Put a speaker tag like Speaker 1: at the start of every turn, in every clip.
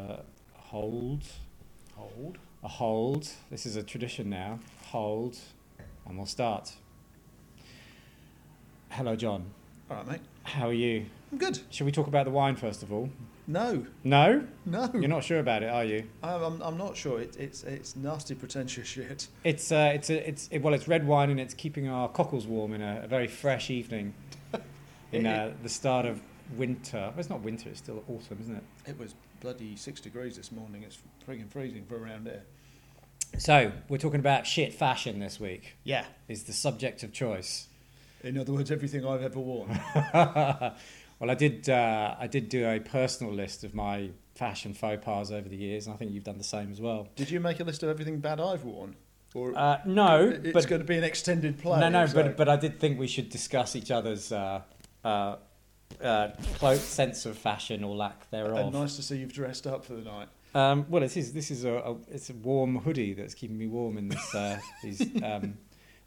Speaker 1: Uh, hold,
Speaker 2: Hold.
Speaker 1: a hold. This is a tradition now. Hold, and we'll start. Hello, John.
Speaker 2: All right, mate.
Speaker 1: How are you?
Speaker 2: I'm good.
Speaker 1: Should we talk about the wine first of all?
Speaker 2: No,
Speaker 1: No?
Speaker 2: no.
Speaker 1: You're not sure about it, are you?
Speaker 2: I'm, I'm, I'm not sure. It, it's it's nasty, pretentious shit.
Speaker 1: It's uh, it's a, it's it, well, it's red wine, and it's keeping our cockles warm in a, a very fresh evening in
Speaker 2: It-
Speaker 1: uh, the start of winter. Well, it's not winter; it's still autumn, isn't it?
Speaker 2: It was bloody six degrees this morning. It's frigging freezing for around here.
Speaker 1: So we're talking about shit fashion this week.
Speaker 2: Yeah.
Speaker 1: Is the subject of choice.
Speaker 2: In other words, everything I've ever worn.
Speaker 1: well, I did. Uh, I did do a personal list of my fashion faux pas over the years, and I think you've done the same as well.
Speaker 2: Did you make a list of everything bad I've worn? Or
Speaker 1: Uh, no,
Speaker 2: it's
Speaker 1: but
Speaker 2: going to be an extended play.
Speaker 1: no, no,
Speaker 2: so-
Speaker 1: but but I did think we should discuss each other's uh, uh, uh, clo- sense of fashion or lack
Speaker 2: and
Speaker 1: thereof.
Speaker 2: nice to see you've dressed up for the night.
Speaker 1: Um, well, this is this is a, a it's a warm hoodie that's keeping me warm in this uh, these um,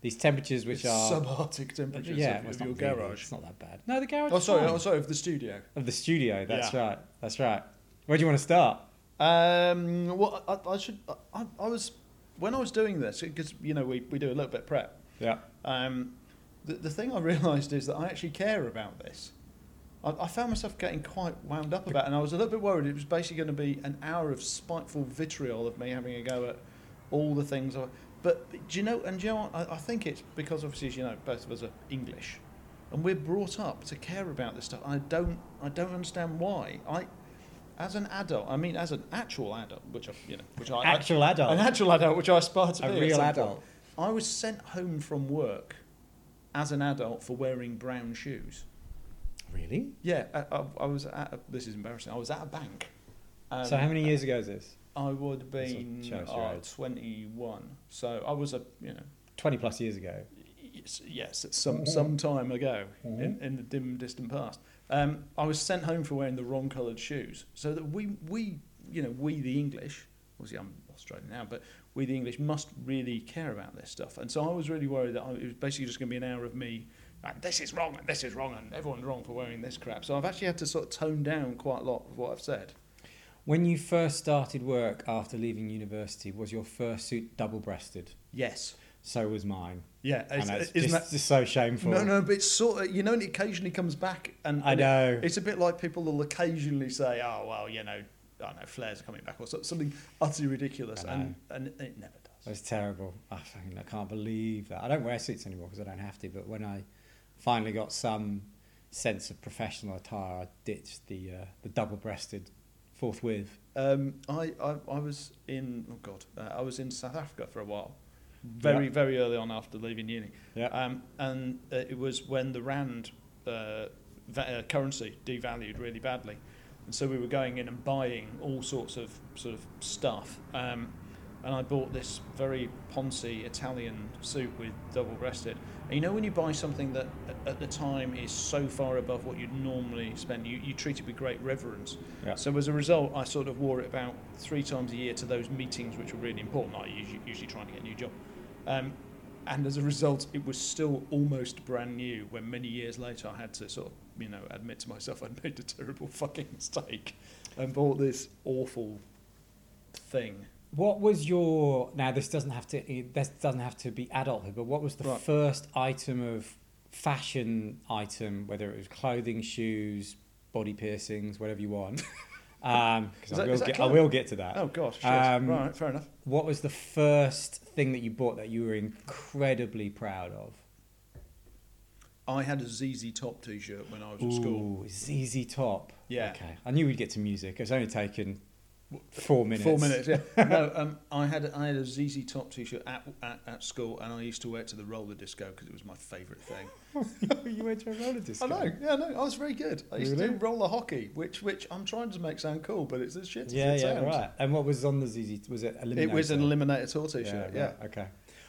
Speaker 1: these temperatures which
Speaker 2: It's
Speaker 1: are
Speaker 2: subarctic temperatures of,
Speaker 1: well,
Speaker 2: of
Speaker 1: it's
Speaker 2: your
Speaker 1: not really-
Speaker 2: garage.
Speaker 1: It's not that bad. No, the garage.
Speaker 2: Oh,
Speaker 1: is
Speaker 2: sorry,
Speaker 1: fine.
Speaker 2: oh, sorry, of the studio.
Speaker 1: of the studio. That's
Speaker 2: Yeah.
Speaker 1: right. That's right. Where do you want to start?
Speaker 2: Um, well, I, I should. I, I was when I was doing this because you know we, we do a little bit of prep.
Speaker 1: Yeah.
Speaker 2: Um, the, the thing I realised is that I actually care about this. I, I found myself getting quite wound up about, it and I was a little bit worried. It was basically going to be an hour of spiteful vitriol of me having a go at all the things. I, but do you know? And do you know, what? I, I think it's because obviously, as you know, both of us are English, and we're brought up to care about this stuff. I don't, I don't understand why. I, as an adult, I mean, as an actual adult, which I, you know, which I, I
Speaker 1: Actual adult.
Speaker 2: an actual adult, which I aspire to be.
Speaker 1: a
Speaker 2: at
Speaker 1: real
Speaker 2: some
Speaker 1: adult.
Speaker 2: point. I was sent home from work as an adult for wearing brown shoes.
Speaker 1: Really?
Speaker 2: Yeah, I, I, I was at a, this is embarrassing. I was at a bank. Um,
Speaker 1: so how many years ago is this?
Speaker 2: I would have
Speaker 1: This will
Speaker 2: been
Speaker 1: show us your
Speaker 2: uh,
Speaker 1: age.
Speaker 2: 21. So I was a you know
Speaker 1: Twenty plus years ago.
Speaker 2: yes, yes it's some some time ago in, in the dim distant past. Um, I was sent home for wearing the wrong coloured shoes. So that we we you know we the English obviously I'm Australian now, but we the English must really care about this stuff. And so I was really worried that I, it was basically just going to be an hour of me. Like, this is wrong and this is wrong and everyone's wrong for wearing this crap. So I've actually had to sort of tone down quite a lot of what I've said.
Speaker 1: When you first started work after leaving university, was your first suit double-breasted?
Speaker 2: Yes.
Speaker 1: So was mine.
Speaker 2: Yeah.
Speaker 1: And
Speaker 2: it's-
Speaker 1: that's
Speaker 2: isn't
Speaker 1: just,
Speaker 2: that
Speaker 1: just so shameful.
Speaker 2: No, no, but it's sort of you know, and it occasionally comes back, and,
Speaker 1: I
Speaker 2: and it-
Speaker 1: know.
Speaker 2: it's a bit like people will occasionally say, "Oh, well, you know, I don't know, flares are coming back," or so- something utterly ridiculous,
Speaker 1: I know.
Speaker 2: and and it never does.
Speaker 1: That's terrible. I, fucking- I can't believe that. I don't wear suits anymore because I don't have to. But when I finally got some sense of professional attire, I ditched the uh, the double-breasted forthwith.
Speaker 2: Um, I, I I was in oh god, uh, I was in South Africa for a while, very
Speaker 1: Yeah.
Speaker 2: very early on after leaving uni,
Speaker 1: Yeah.
Speaker 2: um, and uh, it was when the rand uh, va- uh, currency devalued really badly, and so we were going in and buying all sorts of sort of stuff. Um, and I bought this very poncy Italian suit with double breasted. And you know when you buy something that a- at the time is so far above what you'd normally spend, you, you treat it with great reverence.
Speaker 1: Yeah.
Speaker 2: So as a result, I sort of wore it about three times a year to those meetings which were really important. I usually, usually trying to get a new job. Um, and as a result, it was still almost brand new when many years later I had to sort of, you know, admit to myself I'd made a terrible fucking mistake and bought this awful thing.
Speaker 1: What was your now? This doesn't have to. This doesn't have to be adulthood. But what was the
Speaker 2: Right.
Speaker 1: first item of fashion item, whether it was clothing, shoes, body piercings, whatever you want? Um, because
Speaker 2: Is
Speaker 1: I
Speaker 2: that-
Speaker 1: will
Speaker 2: is that
Speaker 1: get. I
Speaker 2: clothing?
Speaker 1: will get to that.
Speaker 2: Oh gosh, shit.
Speaker 1: Um,
Speaker 2: right, fair enough.
Speaker 1: What was the first thing that you bought that you were incredibly proud of?
Speaker 2: I had a ZZ Top T-shirt when I was at school.
Speaker 1: Ooh, ZZ Top.
Speaker 2: Yeah.
Speaker 1: Okay. I knew we'd get to music. It's only taken four minutes.
Speaker 2: Four minutes, yeah. no, um, I had I had a ZZ Top T-shirt at, at, at school, and I used to wear it to the roller disco because it was my favourite thing.
Speaker 1: you went to a roller
Speaker 2: I
Speaker 1: disco.
Speaker 2: know, yeah, no, I was very good. I used to
Speaker 1: Really?
Speaker 2: do roller hockey, which which I'm trying to make sound cool, but it's as shit as
Speaker 1: Yeah,
Speaker 2: it
Speaker 1: yeah,
Speaker 2: sounds.
Speaker 1: right. And what was on the ZZ? Was it eliminated?
Speaker 2: It was an Eliminator Tour T-shirt, yeah.
Speaker 1: right, Okay.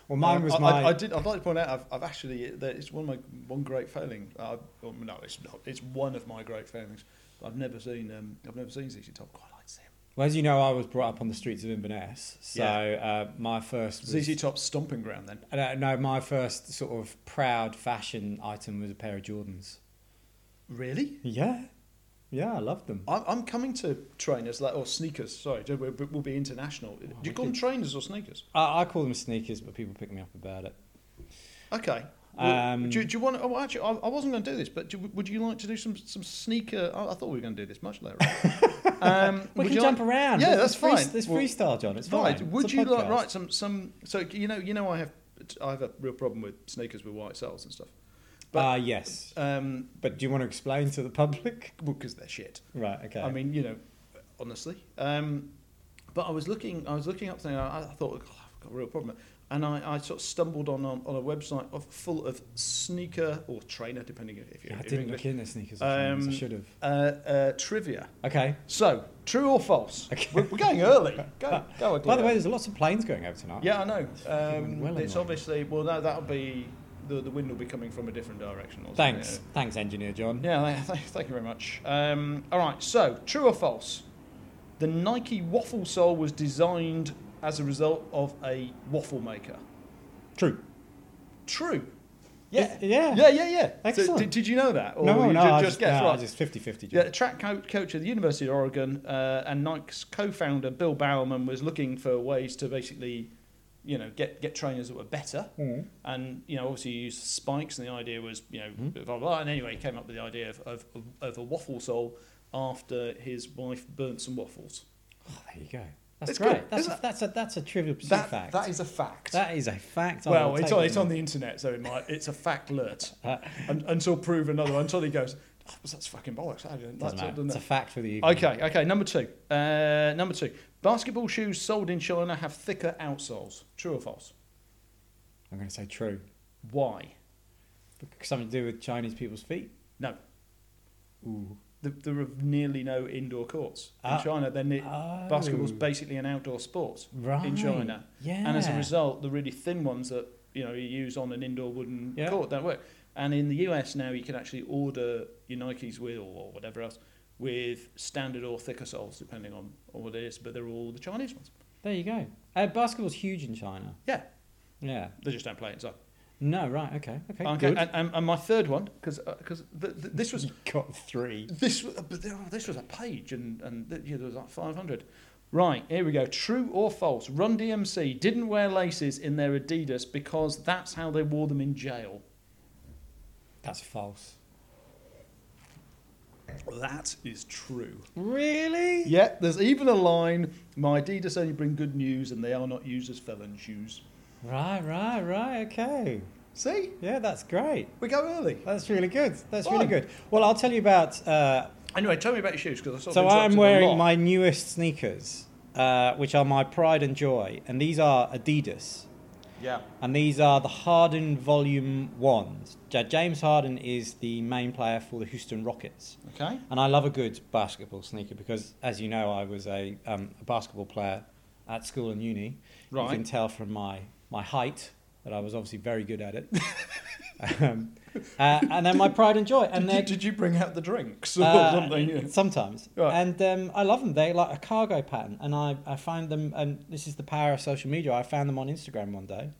Speaker 1: Well, mine was
Speaker 2: I, I-
Speaker 1: my.
Speaker 2: I, did. I'd like to point out. I've, I've actually. there- It's one of my one great failing. I, well, no, it's not. It's one of my great failings. I've never seen. Um, I've never seen ZZ Top. Quite like to see him.
Speaker 1: well, as you know, I was brought up on the streets of Inverness, so uh, my first. Was,
Speaker 2: ZZ Top stomping ground. Then
Speaker 1: Uh, no, my first sort of proud fashion item was a pair of Jordans.
Speaker 2: really?
Speaker 1: Yeah. Yeah, I love them.
Speaker 2: I'm, I'm coming to trainers like or sneakers. Sorry, we'll be- we'll be international. Do you call them
Speaker 1: wicked.
Speaker 2: trainers or sneakers?
Speaker 1: I, I call them sneakers, but people pick me up about it.
Speaker 2: Okay. Well,
Speaker 1: Um,
Speaker 2: do, you- do you want? Oh, actually, I, I wasn't going to do this, but do, would you like to do some some sneaker? I, I thought we were going to do this much later. on. um,
Speaker 1: We
Speaker 2: would
Speaker 1: can
Speaker 2: you
Speaker 1: jump
Speaker 2: like,
Speaker 1: around.
Speaker 2: Yeah,
Speaker 1: There's-
Speaker 2: that's
Speaker 1: there's
Speaker 2: fine.
Speaker 1: Free, there's
Speaker 2: Well,
Speaker 1: freestyle, John. It's fine.
Speaker 2: right.
Speaker 1: It's
Speaker 2: Would
Speaker 1: a
Speaker 2: you like
Speaker 1: podcast.
Speaker 2: right some some? So you know you know I have I have a real problem with sneakers with white soles and stuff. but-
Speaker 1: Ah, yes.
Speaker 2: Um,
Speaker 1: But do you want to explain to the public?
Speaker 2: because they're shit.
Speaker 1: Right. Okay.
Speaker 2: I mean, you know, honestly. Um, but I was looking, I was looking up something. I, I thought, "God, I've got a real problem, and I, I sort of stumbled on, on on a website of full of sneaker or trainer, depending on if you're
Speaker 1: yeah, I
Speaker 2: if you're
Speaker 1: didn't
Speaker 2: English,
Speaker 1: look in the sneakers. Um, I
Speaker 2: Um,
Speaker 1: should have.
Speaker 2: uh, uh, trivia.
Speaker 1: Okay.
Speaker 2: So, true or false?
Speaker 1: Okay.
Speaker 2: We're, we're going early. Go,
Speaker 1: By
Speaker 2: go.
Speaker 1: the way,
Speaker 2: Adele.
Speaker 1: there's lots of planes going over tonight.
Speaker 2: yeah, I know.
Speaker 1: went
Speaker 2: Um,
Speaker 1: well
Speaker 2: it's
Speaker 1: annoying.
Speaker 2: obviously well. No, that'll be the the wind will be coming from a different direction. or something.
Speaker 1: Thanks. Thanks, engineer John.
Speaker 2: Yeah, tha- tha- thank you very much. Um, all right, so true or false? The Nike waffle sole was designed as a result of a waffle maker.
Speaker 1: True.
Speaker 2: True.
Speaker 1: Yeah.
Speaker 2: Yeah.
Speaker 1: Yeah.
Speaker 2: Yeah, yeah, yeah. So
Speaker 1: Excellent.
Speaker 2: did, did you know that? Or
Speaker 1: No,
Speaker 2: you
Speaker 1: no,
Speaker 2: ju-
Speaker 1: I
Speaker 2: just, guess
Speaker 1: no, I
Speaker 2: right.
Speaker 1: just 50-50.
Speaker 2: yeah, the
Speaker 1: John.
Speaker 2: track co- coach of the University of Oregon uh, and Nike's co-founder Bill Bowerman was looking for ways to basically, you know, get get trainers that were better.
Speaker 1: Mm.
Speaker 2: and you know obviously you used spikes and the idea was you know
Speaker 1: Mhm.
Speaker 2: blah, blah blah and anyway he came up with the idea of, of, of a waffle sole after his wife burnt some waffles
Speaker 1: Oh, there you go. That's
Speaker 2: It's
Speaker 1: great.
Speaker 2: good,
Speaker 1: that's,
Speaker 2: isn't
Speaker 1: a, that's a that's a trivial pursuit fact.
Speaker 2: is a fact
Speaker 1: that is a fact. I
Speaker 2: well
Speaker 1: will
Speaker 2: it's
Speaker 1: take
Speaker 2: on,
Speaker 1: it.
Speaker 2: it's on the internet so it might it's a fact alert
Speaker 1: Uh,
Speaker 2: Un until proven another until he goes oh, that's fucking bollocks I didn't, that's
Speaker 1: Doesn't
Speaker 2: it,
Speaker 1: matter.
Speaker 2: doesn't
Speaker 1: It's
Speaker 2: it?"
Speaker 1: a fact for the evening.
Speaker 2: okay okay number two uh, number two basketball shoes sold in China have thicker outsoles true or false
Speaker 1: I'm going to say true.
Speaker 2: why
Speaker 1: Something to do with Chinese people's feet.
Speaker 2: no
Speaker 1: Ooh.
Speaker 2: th- there are nearly no indoor courts in
Speaker 1: Ah.
Speaker 2: China then it,
Speaker 1: Oh.
Speaker 2: basketball's basically an outdoor sport
Speaker 1: right.
Speaker 2: in China,
Speaker 1: Yeah.
Speaker 2: and as a result, the really thin ones that you know you use on an indoor wooden
Speaker 1: Yeah.
Speaker 2: court don't work. And in the US now, you can actually order your Nikes with or, or whatever else with standard or thicker soles, depending on, on what it is. But they're all the Chinese ones.
Speaker 1: there you go. Uh, basketball's huge in China.
Speaker 2: Yeah,
Speaker 1: Yeah.
Speaker 2: they just don't play it inside.
Speaker 1: No. Right. Okay. Okay.
Speaker 2: Okay,
Speaker 1: Good.
Speaker 2: and, and, and my third one because because th- th- this was
Speaker 1: got three.
Speaker 2: This was, but there, oh, this was a page, and, and th- yeah, there was like 500. Right, here we go. True or false? Run DMC didn't wear laces in their Adidas because that's how they wore them in jail.
Speaker 1: That's false.
Speaker 2: That is true.
Speaker 1: Really?
Speaker 2: Yeah, there's even a line My Adidas only bring good news, and they are not used as felon shoes.
Speaker 1: Right. Right. Right. Okay.
Speaker 2: See?
Speaker 1: Yeah. That's great.
Speaker 2: We go early.
Speaker 1: That's really good. That's really
Speaker 2: Fine.
Speaker 1: good. Well, I'll tell you about. Uh,
Speaker 2: Anyway, tell me about your shoes because I sort
Speaker 1: so
Speaker 2: of
Speaker 1: I'm
Speaker 2: interrupted a
Speaker 1: wearing
Speaker 2: lot.
Speaker 1: my newest sneakers, uh, which are my pride and joy, and these are Adidas.
Speaker 2: Yeah.
Speaker 1: And these are the Harden Volume 1s. Ja- James Harden is the main player for the Houston Rockets.
Speaker 2: Okay.
Speaker 1: And I love a good basketball sneaker because, as you know, I was a, um, a basketball player at school and uni. You
Speaker 2: Right.
Speaker 1: can tell from my, my height that I was obviously very good at it. um, uh, and then my pride and joy. And
Speaker 2: did, you,
Speaker 1: they're-
Speaker 2: did you bring out the drinks or
Speaker 1: uh,
Speaker 2: something? Yeah.
Speaker 1: Sometimes.
Speaker 2: Right.
Speaker 1: And um, I love them. They're like a cargo pattern. And I, I find them, and this is the power of social media. I found them on Instagram one day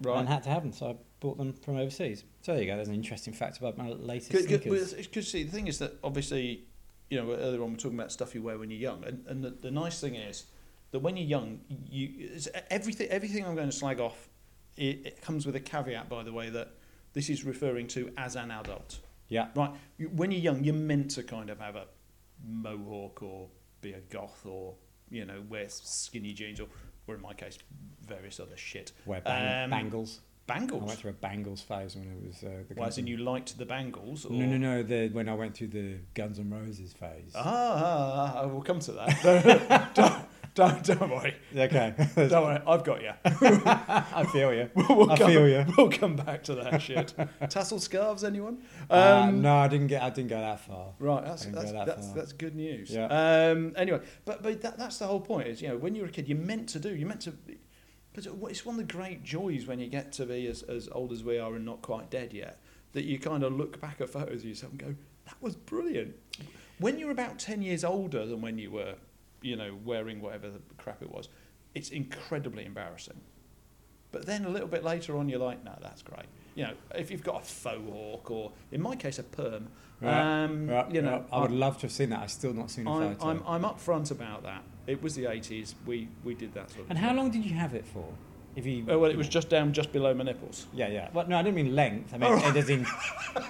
Speaker 1: and
Speaker 2: Right.
Speaker 1: had to have them, so I bought them from overseas. So there you go. There's an interesting fact about my latest sneakers.
Speaker 2: Because see, the thing is that obviously, you know, earlier on we were talking about stuff you wear when you're young, and, and the, the nice thing is that when you're young, you it's- everything everything I'm going to slag off, it, it comes with a caveat, by the way, that this is referring to as an adult,
Speaker 1: Yeah,
Speaker 2: right? You, when you're young, you're meant to kind of have a mohawk or be a goth or you know wear skinny jeans or, or in my case, various other shit.
Speaker 1: wear bang-
Speaker 2: Um,
Speaker 1: bangles. I
Speaker 2: Bangles.
Speaker 1: went through a bangles phase when it was uh, the.
Speaker 2: Why
Speaker 1: Guns
Speaker 2: isn't
Speaker 1: N-
Speaker 2: you liked the bangles? Or
Speaker 1: No, no, no. The when I went through the Guns N' Roses phase.
Speaker 2: Ah, ah, ah, we'll come to that. don't, don't, don't worry.
Speaker 1: Okay,
Speaker 2: Don't worry. I've got you.
Speaker 1: I feel you.
Speaker 2: We'll, we'll
Speaker 1: I
Speaker 2: come,
Speaker 1: feel you.
Speaker 2: We'll come back to that shit. Tassel scarves, anyone?
Speaker 1: Uh,
Speaker 2: um,
Speaker 1: no, I didn't get. I didn't go that far.
Speaker 2: Right, that's
Speaker 1: I didn't go
Speaker 2: that's,
Speaker 1: that
Speaker 2: that's,
Speaker 1: far.
Speaker 2: that's good news.
Speaker 1: Yeah.
Speaker 2: Um, anyway, but but that, that's the whole point is you know when you're a kid you're meant to do you're meant to, but it's one of the great joys when you get to be as, as old as we are and not quite dead yet that you kind of look back at photos of yourself and go that was brilliant. When you're about ten years older than when you were, you know, wearing whatever the crap it was, it's incredibly embarrassing. But then a little bit later on, you're like, no, that's great. You know, if you've got a faux hawk or, in my case, a perm,
Speaker 1: Right,
Speaker 2: um,
Speaker 1: right,
Speaker 2: you know,
Speaker 1: right. I would love to have seen that. I've still not seen a
Speaker 2: I'm,
Speaker 1: photo.
Speaker 2: I'm, I'm upfront about that. It was the 80s. We, we did that sort of
Speaker 1: and
Speaker 2: thing.
Speaker 1: how long did you have it for? If you,
Speaker 2: Oh, well, it was just Oh, down just below my nipples.
Speaker 1: Yeah, yeah. Well, no, I didn't mean length. I mean, as in,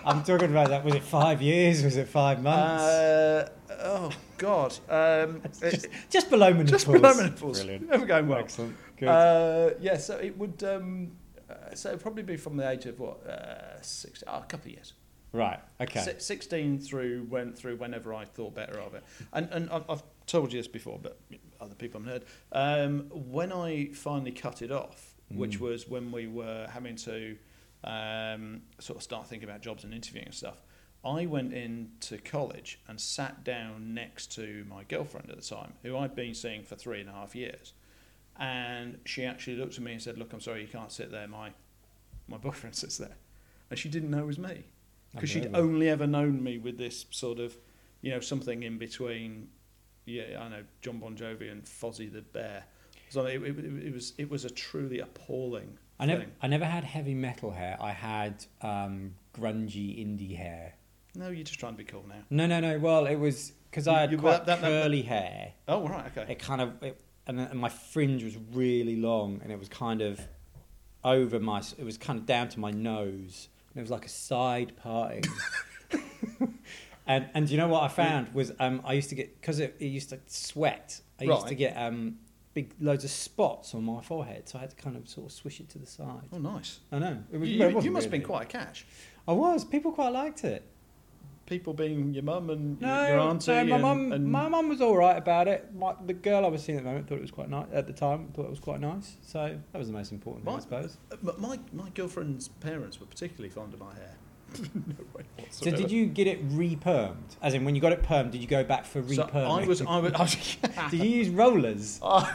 Speaker 1: I'm talking about that. Was it five years? Was it five months?
Speaker 2: Uh, oh, God. Um,
Speaker 1: It's
Speaker 2: it-
Speaker 1: just, just below menopause.
Speaker 2: just below my nipples.
Speaker 1: Brilliant.
Speaker 2: Never going well.
Speaker 1: Excellent. Good.
Speaker 2: Uh, yeah, so it would um, uh, so it'd probably be from the age of what uh, six, oh, a couple of years,
Speaker 1: right. Okay.
Speaker 2: Si- sixteen through went through whenever I thought better of it, and and I've, I've told you this before, but other people haven't heard. Um, when I finally cut it off, which
Speaker 1: Mm.
Speaker 2: was when we were having to um, sort of start thinking about jobs and interviewing and stuff. I went into college and sat down next to my girlfriend at the time, who I'd been seeing for three and a half years. And she actually looked at me and said, Look, I'm sorry, you can't sit there. My, my boyfriend sits there. And she didn't know it was me. Because she'd
Speaker 1: Unbelievable.
Speaker 2: only ever known me with this sort of, you know, something in between, yeah, I know, John Bon Jovi and Fozzie the Bear. So it, it, it, was, it was a truly appalling
Speaker 1: I never,
Speaker 2: thing.
Speaker 1: I never had heavy metal hair. I had um, grungy indie hair.
Speaker 2: No, you're just trying to be cool now.
Speaker 1: No, no, no. Well, it was because I had
Speaker 2: You-
Speaker 1: quite
Speaker 2: that- that- that-
Speaker 1: curly hair.
Speaker 2: Oh, right, okay.
Speaker 1: It kind of, it, and, and my fringe was really long, and it was kind of over my. s- It was kind of down to my nose, and it was like a side parting. and and you know what I found was um, I used to get because it, it used to sweat. I used to
Speaker 2: Right.
Speaker 1: get um, big loads of spots on my forehead, so I had to kind of sort of swish it to the side.
Speaker 2: Oh, nice.
Speaker 1: I know. It
Speaker 2: You,
Speaker 1: was- well, it
Speaker 2: you, you
Speaker 1: wasn't
Speaker 2: must have been
Speaker 1: really.
Speaker 2: quite a catch.
Speaker 1: I was. People quite liked it.
Speaker 2: People being your mum and y-
Speaker 1: No,
Speaker 2: your auntie.
Speaker 1: no, my
Speaker 2: and-
Speaker 1: mum,
Speaker 2: and-
Speaker 1: my mum was all right about it. My, the girl I was seeing at the moment thought it was quite nice at the time. Thought it was quite nice. So that was the most important thing, I
Speaker 2: Right.
Speaker 1: suppose.
Speaker 2: But my, my girlfriend's parents were particularly fond of my hair. no way
Speaker 1: So
Speaker 2: whatsoever.
Speaker 1: did you get it re-permed? As in, when you got it permed, did you go back for
Speaker 2: So
Speaker 1: re-perming?
Speaker 2: I was. I was. I was
Speaker 1: did you use rollers?
Speaker 2: I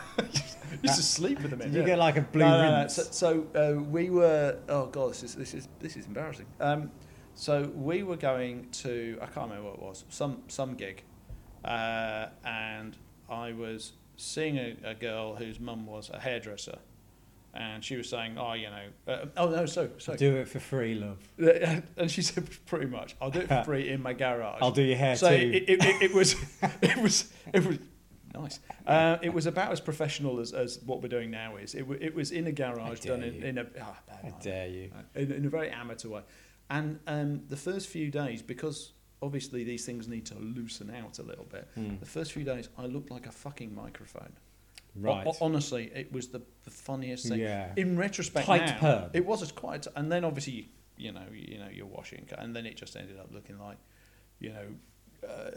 Speaker 2: used to sleep with them. in
Speaker 1: Did you
Speaker 2: it.
Speaker 1: get like a blue
Speaker 2: no, no, no.
Speaker 1: rinse?
Speaker 2: So, so uh, we were. Oh god, this is this is this is embarrassing. Um, so we were going to I can't remember what it was some some gig, uh, and I was seeing a, a girl whose mum was a hairdresser, and she was saying, oh you know, uh, oh no, so so.
Speaker 1: Do it for free, love.
Speaker 2: And she said, pretty much, I'll do it for free in my garage
Speaker 1: I'll do your hair
Speaker 2: so
Speaker 1: too.
Speaker 2: It, it, it, it was it was it was nice uh, it was about as professional as, as what we're doing now is it, wa- it was in a garage
Speaker 1: dare
Speaker 2: done in,
Speaker 1: you.
Speaker 2: in a ah, bad
Speaker 1: How
Speaker 2: night.
Speaker 1: dare you?
Speaker 2: in, in a very amateur way and um, the first few days because obviously these things need to loosen out a little bit
Speaker 1: Mm,
Speaker 2: the first few days I looked like a fucking microphone Ho-
Speaker 1: right.
Speaker 2: ho- honestly it was the, the funniest thing
Speaker 1: yeah.
Speaker 2: in retrospect
Speaker 1: Tight
Speaker 2: now,
Speaker 1: perm.
Speaker 2: it was as quite and then obviously you, you know you know you're washing and then it just ended up looking like you know uh,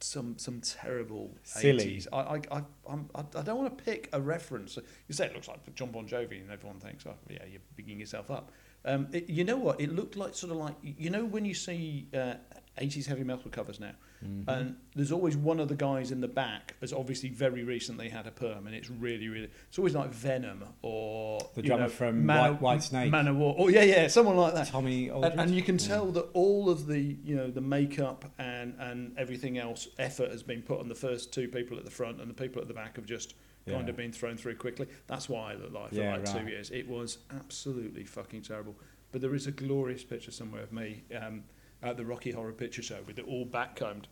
Speaker 2: some some terrible
Speaker 1: Silly.
Speaker 2: 80s. I I I I'm, I I don't want to pick a reference. You say it looks like John Bon Jovi and everyone thinks oh yeah you're bigging yourself up. Um, it, you know what? It looked like sort of like you know when you see uh, 80s heavy metal covers now,
Speaker 1: Mhm.
Speaker 2: and there's always one of the guys in the back has obviously very recently had a perm, and it's really, really. It's always like Venom or
Speaker 1: The
Speaker 2: you
Speaker 1: drummer
Speaker 2: know,
Speaker 1: from White- Oh, Whitesnake.
Speaker 2: Man of War. Oh yeah, yeah, someone like that.
Speaker 1: Tommy Aldridge. Mm.
Speaker 2: And, and you can tell that all of the you know the makeup and and everything else effort has been put on the first two people at the front, and the people at the back have just kind
Speaker 1: Yeah.
Speaker 2: of been thrown through quickly. That's why I look like for
Speaker 1: Yeah,
Speaker 2: like
Speaker 1: right.
Speaker 2: two years. It was absolutely fucking terrible. But there is a glorious picture somewhere of me um, at the Rocky Horror Picture Show with it all back combed,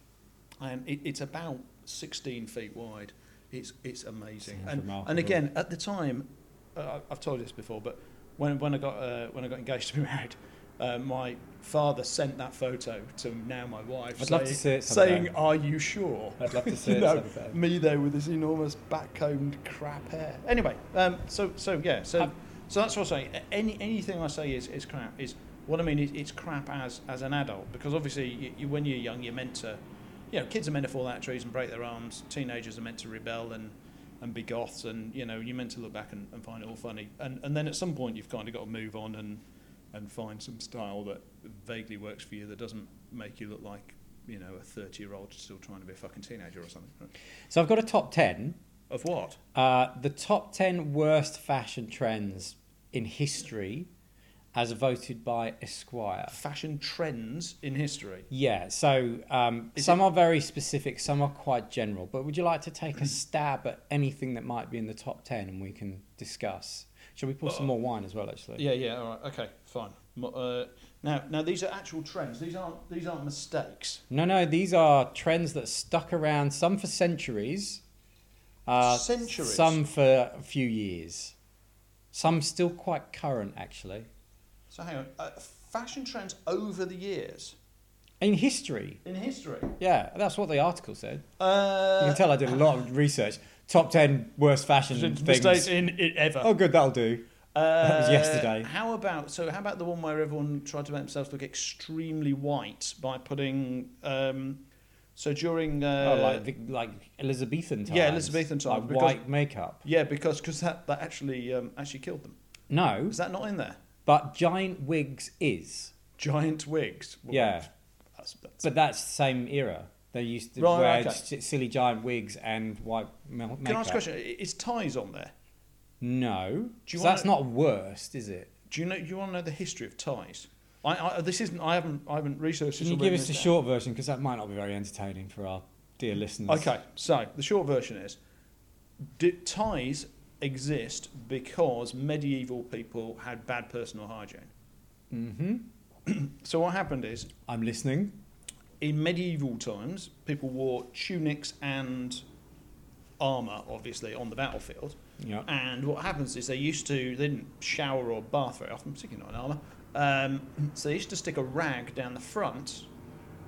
Speaker 2: and it, it's about sixteen feet wide. It's it's amazing.
Speaker 1: Sounds
Speaker 2: And,
Speaker 1: remarkable.
Speaker 2: and again, at the time, uh, I- I've told you this before, but when when I got uh, when I got engaged to be married, uh, my father sent that photo to now my wife,
Speaker 1: I'd love to see it someday.
Speaker 2: saying, "Are you sure?"
Speaker 1: I'd love to see
Speaker 2: you
Speaker 1: it
Speaker 2: know,
Speaker 1: someday.
Speaker 2: me there with this enormous backcombed crap hair. Anyway, um, so so yeah, so
Speaker 1: Um,
Speaker 2: so that's what I'm saying. A- Any anything I say is, is crap. Is what I mean is it's crap as as an adult because obviously you, you, when you're young you're meant to, you know, kids are meant to fall out of trees and break their arms. Teenagers are meant to rebel and and be goths and you know you're meant to look back and, and find it all funny. And and then at some point you've kind of got to move on and and find some style that vaguely works for you that doesn't make you look like you know a 30 year old still trying to be a fucking teenager or something.
Speaker 1: So I've got a top ten.
Speaker 2: Of what?
Speaker 1: Uh, the top 10 worst fashion trends in history as voted by Esquire.
Speaker 2: Fashion trends in history.
Speaker 1: Yeah, so um,
Speaker 2: Is
Speaker 1: some are very specific, some are quite general. But would you like to take
Speaker 2: Mm-hmm.
Speaker 1: a stab at anything that might be in the top 10 and we can discuss? Shall we pour some more wine as well, actually?
Speaker 2: Uh, Yeah, yeah, all right, okay, fine. Mo- Uh, now, now these are actual trends. These aren't these aren't mistakes.
Speaker 1: No, no, these are trends that stuck around, some for centuries, uh,
Speaker 2: Centuries?
Speaker 1: some for a few years, some still quite current, actually.
Speaker 2: So hang on, uh, fashion trends over the years
Speaker 1: In history,
Speaker 2: in history.
Speaker 1: yeah, that's what the article said.
Speaker 2: Uh,
Speaker 1: You can tell I did a lot of research. Top 10 worst fashion
Speaker 2: mistakes
Speaker 1: things.
Speaker 2: in it ever. Uh,
Speaker 1: Oh, good, that'll do. That was yesterday.
Speaker 2: How about so? How about the one where everyone tried to make themselves look extremely white by putting? Um, so during uh,
Speaker 1: oh, like Vic- like Elizabethan times.
Speaker 2: yeah, Elizabethan
Speaker 1: like
Speaker 2: times, because-
Speaker 1: white makeup.
Speaker 2: yeah, because because that that actually um, actually killed them.
Speaker 1: No,
Speaker 2: Is that not in there?
Speaker 1: but giant wigs is.
Speaker 2: Giant wigs. Well,
Speaker 1: Yeah,
Speaker 2: That's, that's,
Speaker 1: but that's the same era. They used to
Speaker 2: Right,
Speaker 1: wear
Speaker 2: okay.
Speaker 1: s- silly giant wigs and white ma- makeup.
Speaker 2: can I ask a question? I- Is ties on there?
Speaker 1: No,
Speaker 2: Do you
Speaker 1: so that's
Speaker 2: wanna-
Speaker 1: not worst, is it?
Speaker 2: Do you know? You want to know the history of ties? I, I this isn't. I haven't. I haven't researched.
Speaker 1: Can
Speaker 2: this
Speaker 1: you
Speaker 2: or
Speaker 1: give
Speaker 2: written
Speaker 1: us the
Speaker 2: this down.
Speaker 1: short version because that might not be very entertaining for our dear listeners.
Speaker 2: Okay, so the short version is d- ties exist because medieval people had bad personal hygiene.
Speaker 1: Mm-hmm.
Speaker 2: So what happened is
Speaker 1: I'm listening.
Speaker 2: in medieval times, people wore tunics and armor, obviously, on the battlefield.
Speaker 1: Yeah.
Speaker 2: And what happens is they used to they didn't shower or bath very often, particularly not in armor. Um, so they used to stick a rag down the front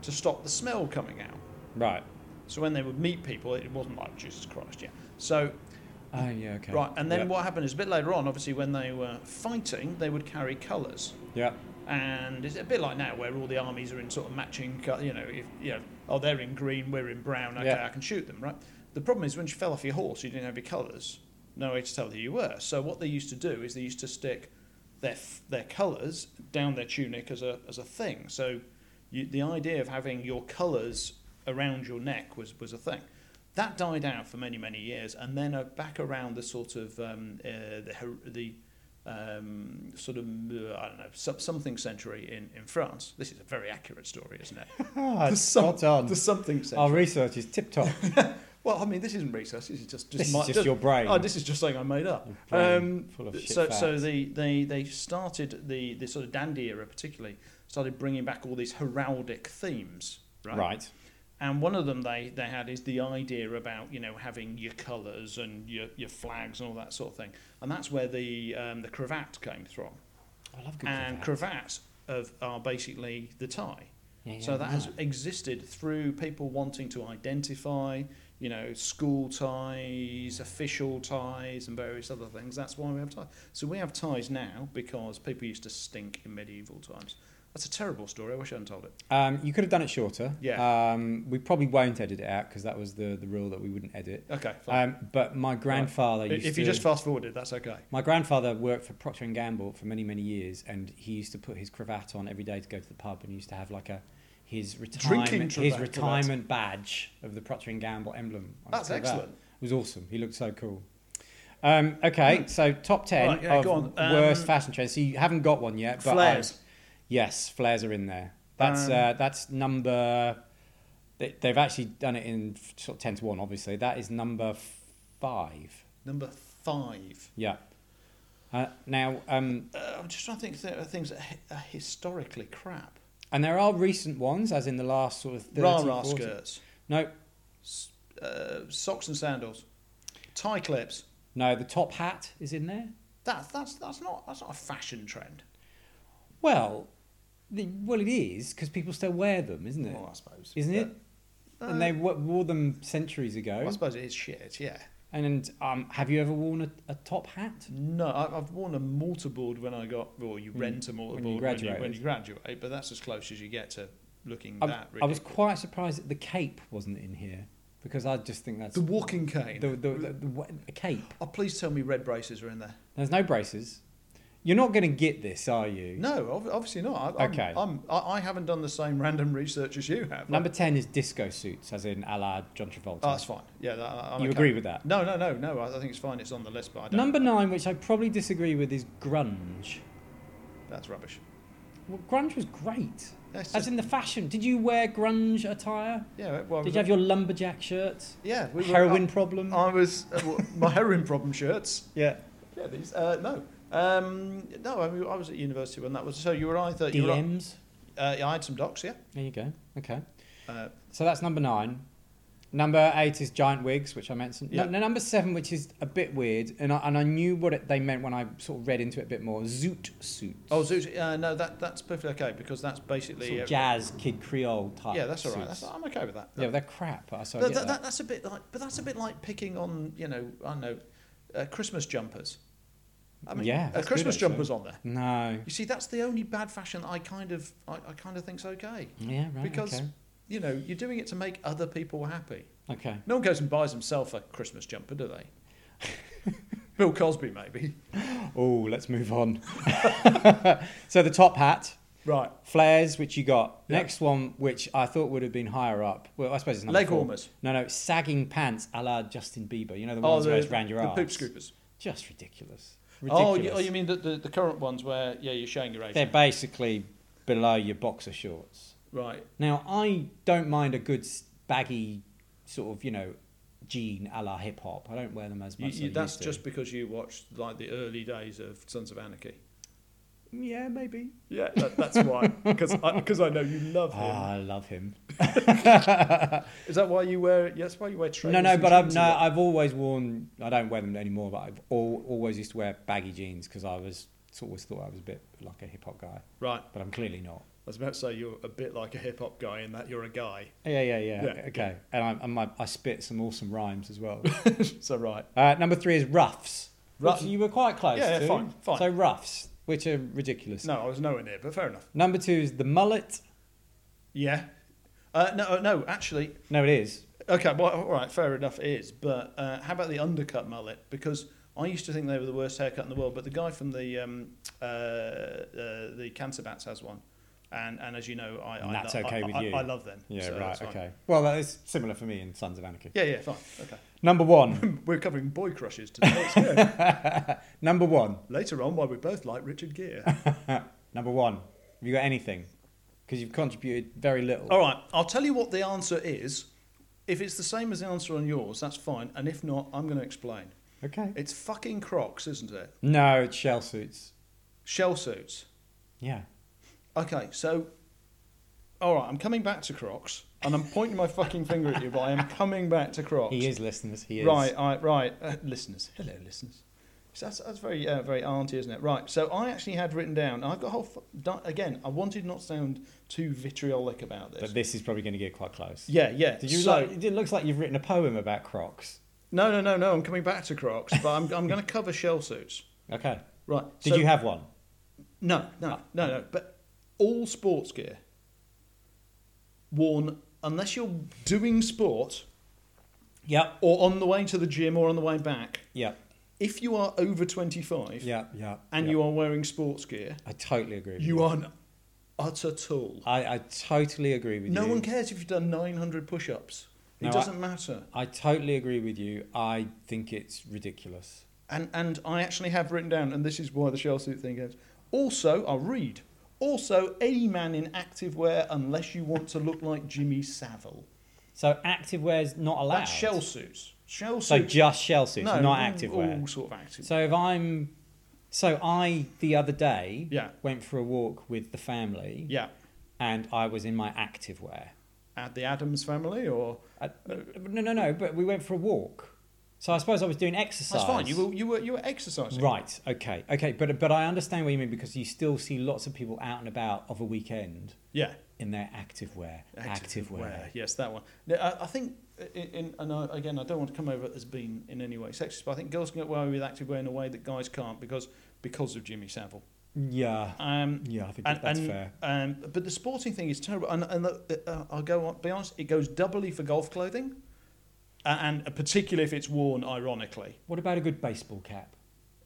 Speaker 2: to stop the smell coming out.
Speaker 1: Right.
Speaker 2: So when they would meet people, it wasn't like Jesus Christ, yeah. So
Speaker 1: Oh yeah. Okay.
Speaker 2: Ah, Right, and then
Speaker 1: Yep.
Speaker 2: what happened is a bit later on, obviously, when they were fighting, they would carry colours.
Speaker 1: Yep.
Speaker 2: And it's a bit like now, where all the armies are in sort of matching, co- you know, if, you know, oh, they're in green, we're in brown, okay,
Speaker 1: Yeah.
Speaker 2: I can shoot them, right? The problem is when you fell off your horse, you didn't have your colours, no way to tell who you were. So what they used to do is they used to stick their, f- their colours down their tunic as a, as a thing. So you, the idea of having your colours around your neck was, was a thing. That died out for many, many years, and then uh, back around the sort of um, uh, the, her- the um, sort of uh, I don't know some, something century in, in France. This is a very accurate story, isn't it?
Speaker 1: Ah,
Speaker 2: The
Speaker 1: it's
Speaker 2: some-
Speaker 1: spot on.
Speaker 2: The something century.
Speaker 1: Our research is tip top.
Speaker 2: well, I mean, this isn't research. This is just just,
Speaker 1: This is
Speaker 2: my,
Speaker 1: just your brain.
Speaker 2: Oh, this is just something I made up.
Speaker 1: Your brain
Speaker 2: Um,
Speaker 1: full of shit
Speaker 2: so, so
Speaker 1: facts.
Speaker 2: they, they, they started the, the sort of dandy era, particularly started bringing back all these heraldic themes, right?
Speaker 1: right.
Speaker 2: And one of them they, they had is the idea about you know having your colours and your, your flags and all that sort of thing, and that's where the um, the cravat came from.
Speaker 1: I love good
Speaker 2: and
Speaker 1: cravat.
Speaker 2: cravats of, are basically the tie.
Speaker 1: Yeah,
Speaker 2: So
Speaker 1: yeah,
Speaker 2: that
Speaker 1: no.
Speaker 2: has existed through people wanting to identify, you know, school ties, official ties, and various other things. That's why we have ties. So we have ties now because people used to stink in medieval times. That's a terrible story. I wish I hadn't told it.
Speaker 1: Um, you could have done it shorter.
Speaker 2: Yeah.
Speaker 1: Um, we probably won't edit it out because that was the, the rule that we wouldn't edit.
Speaker 2: Okay, fine.
Speaker 1: Um, but my grandfather
Speaker 2: I-
Speaker 1: used
Speaker 2: if
Speaker 1: to.
Speaker 2: you just fast forwarded, that's okay.
Speaker 1: my grandfather worked for Procter and Gamble for many many years, and he used to put his cravat on every day to go to the pub, and he used to have like a his
Speaker 2: Drinking
Speaker 1: retirement his
Speaker 2: cravat.
Speaker 1: retirement badge of the Procter and Gamble emblem. on his
Speaker 2: That's
Speaker 1: cravat.
Speaker 2: excellent.
Speaker 1: It was awesome. He looked so cool. Um, okay, so top ten
Speaker 2: Hmm. Right, yeah,
Speaker 1: of
Speaker 2: go on. Um,
Speaker 1: worst fashion trends. So you haven't got one yet, but I-
Speaker 2: Flares.
Speaker 1: Yes, flares are in there. That's
Speaker 2: Um,
Speaker 1: uh, that's number. They, they've actually done it in f- sort of ten to one. Obviously, that is number five.
Speaker 2: Number five.
Speaker 1: Yeah. Uh, now, um,
Speaker 2: Uh, I'm just trying to think th- of things that hi- are historically crap.
Speaker 1: and there are recent ones, as in the last sort of 30,
Speaker 2: Rah rah
Speaker 1: 40
Speaker 2: skirts.
Speaker 1: No,
Speaker 2: S- uh, socks and sandals, tie clips.
Speaker 1: no, the top hat is in there.
Speaker 2: That's that's that's not that's not a fashion trend.
Speaker 1: Well, the, well, it is because people still wear them, isn't it?
Speaker 2: Well, I suppose.
Speaker 1: not it?
Speaker 2: but-
Speaker 1: and they w- wore them centuries ago.
Speaker 2: I suppose it is shit. Yeah.
Speaker 1: And um, have you ever worn a, a top hat?
Speaker 2: No, I, I've worn a mortarboard when I got, or you
Speaker 1: Mm,
Speaker 2: rent a mortarboard
Speaker 1: when
Speaker 2: when
Speaker 1: you
Speaker 2: you, when, you,
Speaker 1: graduated.
Speaker 2: graduate, but that's as close as you get to looking
Speaker 1: I,
Speaker 2: that.
Speaker 1: I was
Speaker 2: ridiculous.
Speaker 1: quite surprised that the cape wasn't in here because I just think that's
Speaker 2: the walking cane.
Speaker 1: the, the, the, the wa- a cape.
Speaker 2: oh, please tell me red braces are in there.
Speaker 1: There's no braces. You're not going to get this, are you?
Speaker 2: No, ob- obviously not. I, I'm,
Speaker 1: Okay.
Speaker 2: I'm, I, I haven't done the same random research as you have.
Speaker 1: Number ten is disco suits, as in a la John Travolta.
Speaker 2: Oh, that's fine. Yeah, that, I'm
Speaker 1: you
Speaker 2: okay.
Speaker 1: agree with that?
Speaker 2: No, no, no, no. I, I think it's fine. It's on the list, but I don't.
Speaker 1: Number nine, which I probably disagree with, is grunge.
Speaker 2: That's rubbish.
Speaker 1: Well, grunge was great.
Speaker 2: That's
Speaker 1: As
Speaker 2: just,
Speaker 1: in the fashion. Did you wear grunge attire?
Speaker 2: yeah, well,
Speaker 1: Did you have your lumberjack shirts?
Speaker 2: yeah, we were-
Speaker 1: Heroin problem?
Speaker 2: I was uh, well, my heroin problem shirts.
Speaker 1: yeah.
Speaker 2: Yeah, these. Uh, no, um, no. I, mean, I was at university when that was. So you were either. You were, uh,
Speaker 1: DMs?
Speaker 2: yeah, I had some docs. Yeah.
Speaker 1: There you go. Okay.
Speaker 2: Uh,
Speaker 1: So that's number nine. Number eight is giant wigs, which I mentioned. No,
Speaker 2: Yeah.
Speaker 1: no, number seven, which is a bit weird, and I, and I knew what it, they meant when I sort of read into it a bit more. Zoot suits.
Speaker 2: oh, Zeus, uh, no, that that's perfectly okay because that's
Speaker 1: sort
Speaker 2: basically.
Speaker 1: of
Speaker 2: uh,
Speaker 1: jazz kid Creole type.
Speaker 2: yeah, that's all right.
Speaker 1: suits.
Speaker 2: That's, I'm okay with that.
Speaker 1: yeah, they're crap. but I- So I
Speaker 2: That-
Speaker 1: get
Speaker 2: that-
Speaker 1: that.
Speaker 2: that- that's a bit like, but that's a bit like picking on, you know, I don't know, uh, Christmas jumpers. I mean,
Speaker 1: Yeah,
Speaker 2: a
Speaker 1: that's good,
Speaker 2: Christmas
Speaker 1: actually.
Speaker 2: jumper's on there.
Speaker 1: No.
Speaker 2: You see, that's the only bad fashion that I kind of, I, I kind of think's okay
Speaker 1: Yeah. Right.
Speaker 2: because,
Speaker 1: okay.
Speaker 2: you know, you're doing it to make other people happy.
Speaker 1: Okay.
Speaker 2: No one goes and buys himself a Christmas jumper, do they? Bill Cosby, maybe.
Speaker 1: Oh, let's move on. so the top hat,
Speaker 2: Right.
Speaker 1: flares, which you got.
Speaker 2: Yeah.
Speaker 1: Next one, which I thought would have been higher up. Well, I suppose it's number
Speaker 2: Leg
Speaker 1: four.
Speaker 2: warmers.
Speaker 1: No, no, sagging pants, a la Justin Bieber. You know the ones where it's round your
Speaker 2: Oh, the
Speaker 1: arse.
Speaker 2: poop scoopers.
Speaker 1: Just ridiculous.
Speaker 2: Oh
Speaker 1: Ridiculous.
Speaker 2: you, oh, you mean the, the, the current ones where, yeah, you're showing your age.
Speaker 1: They're basically below your boxer shorts.
Speaker 2: Right.
Speaker 1: Now, I don't mind a good s- baggy sort of, you know, jean a la hip hop. I don't wear them as
Speaker 2: You,
Speaker 1: much as I
Speaker 2: you, that's
Speaker 1: used to.
Speaker 2: just because you watched like the early days of Sons of Anarchy.
Speaker 1: Yeah, maybe.
Speaker 2: Yeah, that, that's why. Because I, 'cause I know you love him.
Speaker 1: Ah, I love him.
Speaker 2: Is that why you wear? Yeah, that's why you wear trainers.
Speaker 1: No, no,
Speaker 2: and
Speaker 1: but I've,
Speaker 2: jeans
Speaker 1: no,
Speaker 2: and that?
Speaker 1: I've always worn, I don't wear them anymore, but I've all, always used to wear baggy jeans because I was sort of always thought I was a bit like a hip hop guy,
Speaker 2: Right. I
Speaker 1: but I'm clearly not.
Speaker 2: was about to say you're a bit like a hip hop guy in that you're a guy.
Speaker 1: Yeah, yeah, yeah.
Speaker 2: Yeah.
Speaker 1: Okay. And I, and my, I spit some awesome rhymes as well.
Speaker 2: So right.
Speaker 1: Uh, number three is roughs.
Speaker 2: Ruff-
Speaker 1: Which you were quite close
Speaker 2: Yeah, yeah,
Speaker 1: to.
Speaker 2: fine, fine.
Speaker 1: So roughs, which are ridiculous.
Speaker 2: No, I was nowhere near, but fair enough.
Speaker 1: Number two is the mullet.
Speaker 2: Yeah. Uh, no, uh, no, actually,
Speaker 1: No, it is.
Speaker 2: okay. Well, all right, fair enough. It is, but uh, how about the undercut mullet? Because I used to think they were the worst haircut in the world, but the guy from the um, uh, uh, the Cancer Bats has one, and and as you know, I
Speaker 1: And
Speaker 2: I,
Speaker 1: that's
Speaker 2: lo-
Speaker 1: okay
Speaker 2: I,
Speaker 1: with
Speaker 2: I,
Speaker 1: you.
Speaker 2: I love them.
Speaker 1: Yeah,
Speaker 2: so that's
Speaker 1: right.
Speaker 2: fine.
Speaker 1: Okay. Well, that is similar for me in Sons of Anarchy.
Speaker 2: Yeah, yeah, fine. Okay.
Speaker 1: Number one.
Speaker 2: We're covering boy crushes today. It's good.
Speaker 1: Number one.
Speaker 2: Later on, why we both like Richard Gere.
Speaker 1: Number one. Have you got anything? Because you've contributed very little.
Speaker 2: All right, I'll tell you what the answer is. If it's the same as the answer on yours, that's fine. And if not, I'm going to explain.
Speaker 1: Okay.
Speaker 2: It's fucking Crocs, isn't it?
Speaker 1: No, it's shell suits.
Speaker 2: Shell suits.
Speaker 1: Yeah.
Speaker 2: Okay, so, all right, I'm coming back to Crocs, and I'm pointing my fucking finger at you, but I am coming back to Crocs.
Speaker 1: He is listeners. He is.
Speaker 2: Right, all right, right. Uh, listeners, hello, listeners. So that's, that's very, uh, very aunty, isn't it? Right. So I actually had written down. I've got a whole. F- di- again, I wanted not to sound too vitriolic about this.
Speaker 1: But this is probably going to get quite close.
Speaker 2: yeah, yeah.
Speaker 1: Did you
Speaker 2: so,
Speaker 1: like, it looks like you've written a poem about Crocs.
Speaker 2: No, no, no, no. I'm coming back to Crocs, but I'm, I'm going to cover shell suits.
Speaker 1: Okay.
Speaker 2: Right.
Speaker 1: Did
Speaker 2: so-
Speaker 1: you have one?
Speaker 2: No, no, no, no. But all sports gear worn unless you're doing sport
Speaker 1: Yep.
Speaker 2: or on the way to the gym or on the way back.
Speaker 1: Yep.
Speaker 2: If you are over 25
Speaker 1: Yep. Yep.
Speaker 2: and
Speaker 1: yep.
Speaker 2: you are wearing sports gear,
Speaker 1: I totally agree. With you,
Speaker 2: you are an utter tool.
Speaker 1: I, I totally agree with
Speaker 2: No
Speaker 1: you.
Speaker 2: one cares if you've done 900 push-ups. It
Speaker 1: No, I-
Speaker 2: doesn't matter.
Speaker 1: I totally agree with you. I think it's ridiculous.
Speaker 2: And and I actually have written down, and this is why the shell suit thing goes. Also, I'll read. Also, any man in active wear, unless you want to look like Jimmy Savile.
Speaker 1: So active wear's not allowed.
Speaker 2: That's shell suits. Shell
Speaker 1: So
Speaker 2: suits.
Speaker 1: just shell suits, not
Speaker 2: all-
Speaker 1: active wear.
Speaker 2: All sort of active.
Speaker 1: So if I'm, so I the other day
Speaker 2: yeah,
Speaker 1: went for a walk with the family,
Speaker 2: yeah.
Speaker 1: and I was in my active wear.
Speaker 2: At the Adams family, or
Speaker 1: I-
Speaker 2: Uh,
Speaker 1: no, no, no. But we went for a walk. So I suppose I was doing exercise.
Speaker 2: that's fine. You were you were you were exercising.
Speaker 1: Right. Okay. Okay. But but I understand what you mean because you still see lots of people out and about of a weekend
Speaker 2: Yeah.
Speaker 1: in their active wear. Active, wear.
Speaker 2: Yes, that one. Now, I, I think, in, in, and I, again, I don't want to come over as being in any way sexist, but I think girls can get away with active wear in a way that guys can't because because of Jimmy Savile.
Speaker 1: Yeah.
Speaker 2: Um,
Speaker 1: Yeah. I think
Speaker 2: and,
Speaker 1: that's
Speaker 2: and,
Speaker 1: fair.
Speaker 2: Um, but the sporting thing is terrible, and, and the, uh, I'll go on. Be honest, it goes doubly for golf clothing, uh, and particularly if it's worn ironically.
Speaker 1: What about a good baseball cap?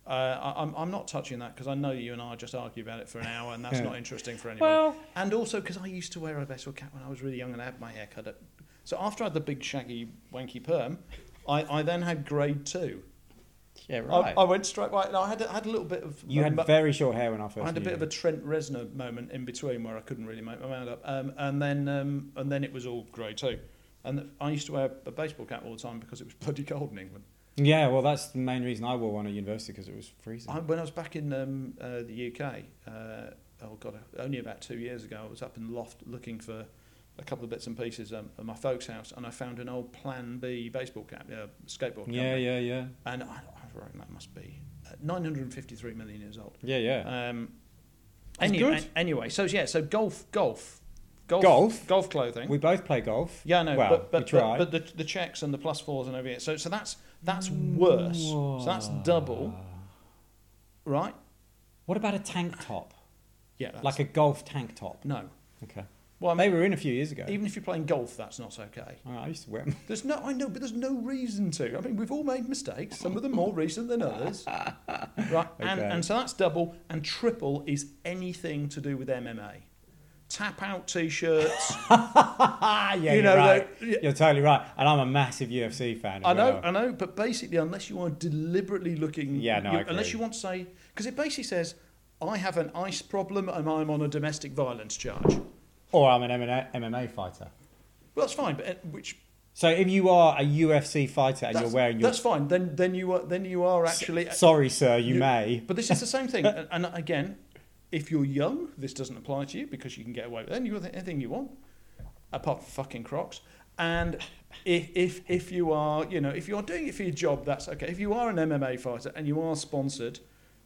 Speaker 2: Uh, I, I'm, I'm not touching that because I know you and I just argue about it for an hour, and that's not interesting for anyone.
Speaker 1: Well,
Speaker 2: and also because I used to wear a baseball cap when I was really young and I had my hair cut. Up. So after I had the big shaggy wanky perm, I, I then had grade two.
Speaker 1: Yeah, right.
Speaker 2: I, I went straight right. And I had a, had a little bit of.
Speaker 1: you
Speaker 2: a
Speaker 1: had
Speaker 2: mu-
Speaker 1: very short hair when I first.
Speaker 2: I had a
Speaker 1: knew
Speaker 2: bit of
Speaker 1: you.
Speaker 2: a Trent Reznor moment in between where I couldn't really make my mind up, um, and then um, and then it was all grey too. And th- I used to wear a baseball cap all the time because it was bloody cold in England.
Speaker 1: Yeah, well, that's the main reason I wore one at university because it was freezing.
Speaker 2: I, when I was back in um, uh, the UK, uh, oh god, only about two years ago, I was up in the loft looking for a couple of bits and pieces um, at my folks' house, and I found an old Plan B baseball cap, yeah, skateboard. cap.
Speaker 1: yeah, yeah, yeah,
Speaker 2: And I, I reckon that must be uh, 953 million years old.
Speaker 1: yeah, yeah.
Speaker 2: Um,
Speaker 1: That's
Speaker 2: any-
Speaker 1: good.
Speaker 2: a- anyway, so yeah, so golf, golf, golf,
Speaker 1: Golf?
Speaker 2: golf clothing.
Speaker 1: we both play golf.
Speaker 2: yeah, no,
Speaker 1: well,
Speaker 2: but
Speaker 1: we
Speaker 2: but,
Speaker 1: try.
Speaker 2: but, but the, the checks and the plus fours and over here. So so that's that's worse. So that's double, right?
Speaker 1: What about a tank top?
Speaker 2: Yeah, that's,
Speaker 1: Like a golf tank top.
Speaker 2: no.
Speaker 1: Okay.
Speaker 2: Well, I mean,
Speaker 1: They were in a few years ago.
Speaker 2: even if you're playing golf, that's not okay.
Speaker 1: Oh, I used to wear them.
Speaker 2: There's no, I know, but there's no reason to. I mean, we've all made mistakes. Some of them more recent than others, right? And,
Speaker 1: Okay.
Speaker 2: and so that's double and triple is anything to do with MMA, tap out t-shirts.
Speaker 1: Ah, yeah,
Speaker 2: You
Speaker 1: you
Speaker 2: know,
Speaker 1: are right.
Speaker 2: they- yeah.
Speaker 1: You're totally right. And I'm a massive UFC fan. As
Speaker 2: I know,
Speaker 1: well.
Speaker 2: I know, but basically, unless you are deliberately looking,
Speaker 1: Yeah, no,
Speaker 2: you-
Speaker 1: I agree.
Speaker 2: unless you want to say, because it basically says, I have an ice problem and I'm on a domestic violence charge.
Speaker 1: Or I'm an MMA MMA fighter.
Speaker 2: Well, that's fine, but uh, which
Speaker 1: So if you are a UFC fighter and you're
Speaker 2: that's,
Speaker 1: wearing your.
Speaker 2: that's fine. Then then you are then you are actually.
Speaker 1: Sorry, sir, you,
Speaker 2: you-
Speaker 1: may.
Speaker 2: But this is the same thing,
Speaker 1: uh,
Speaker 2: and, and again, if you're young, this doesn't apply to you because you can get away with anything, anything you want, apart from fucking Crocs. And if, if if you are, you know, if you are doing it for your job, that's okay. If you are an MMA fighter and you are sponsored,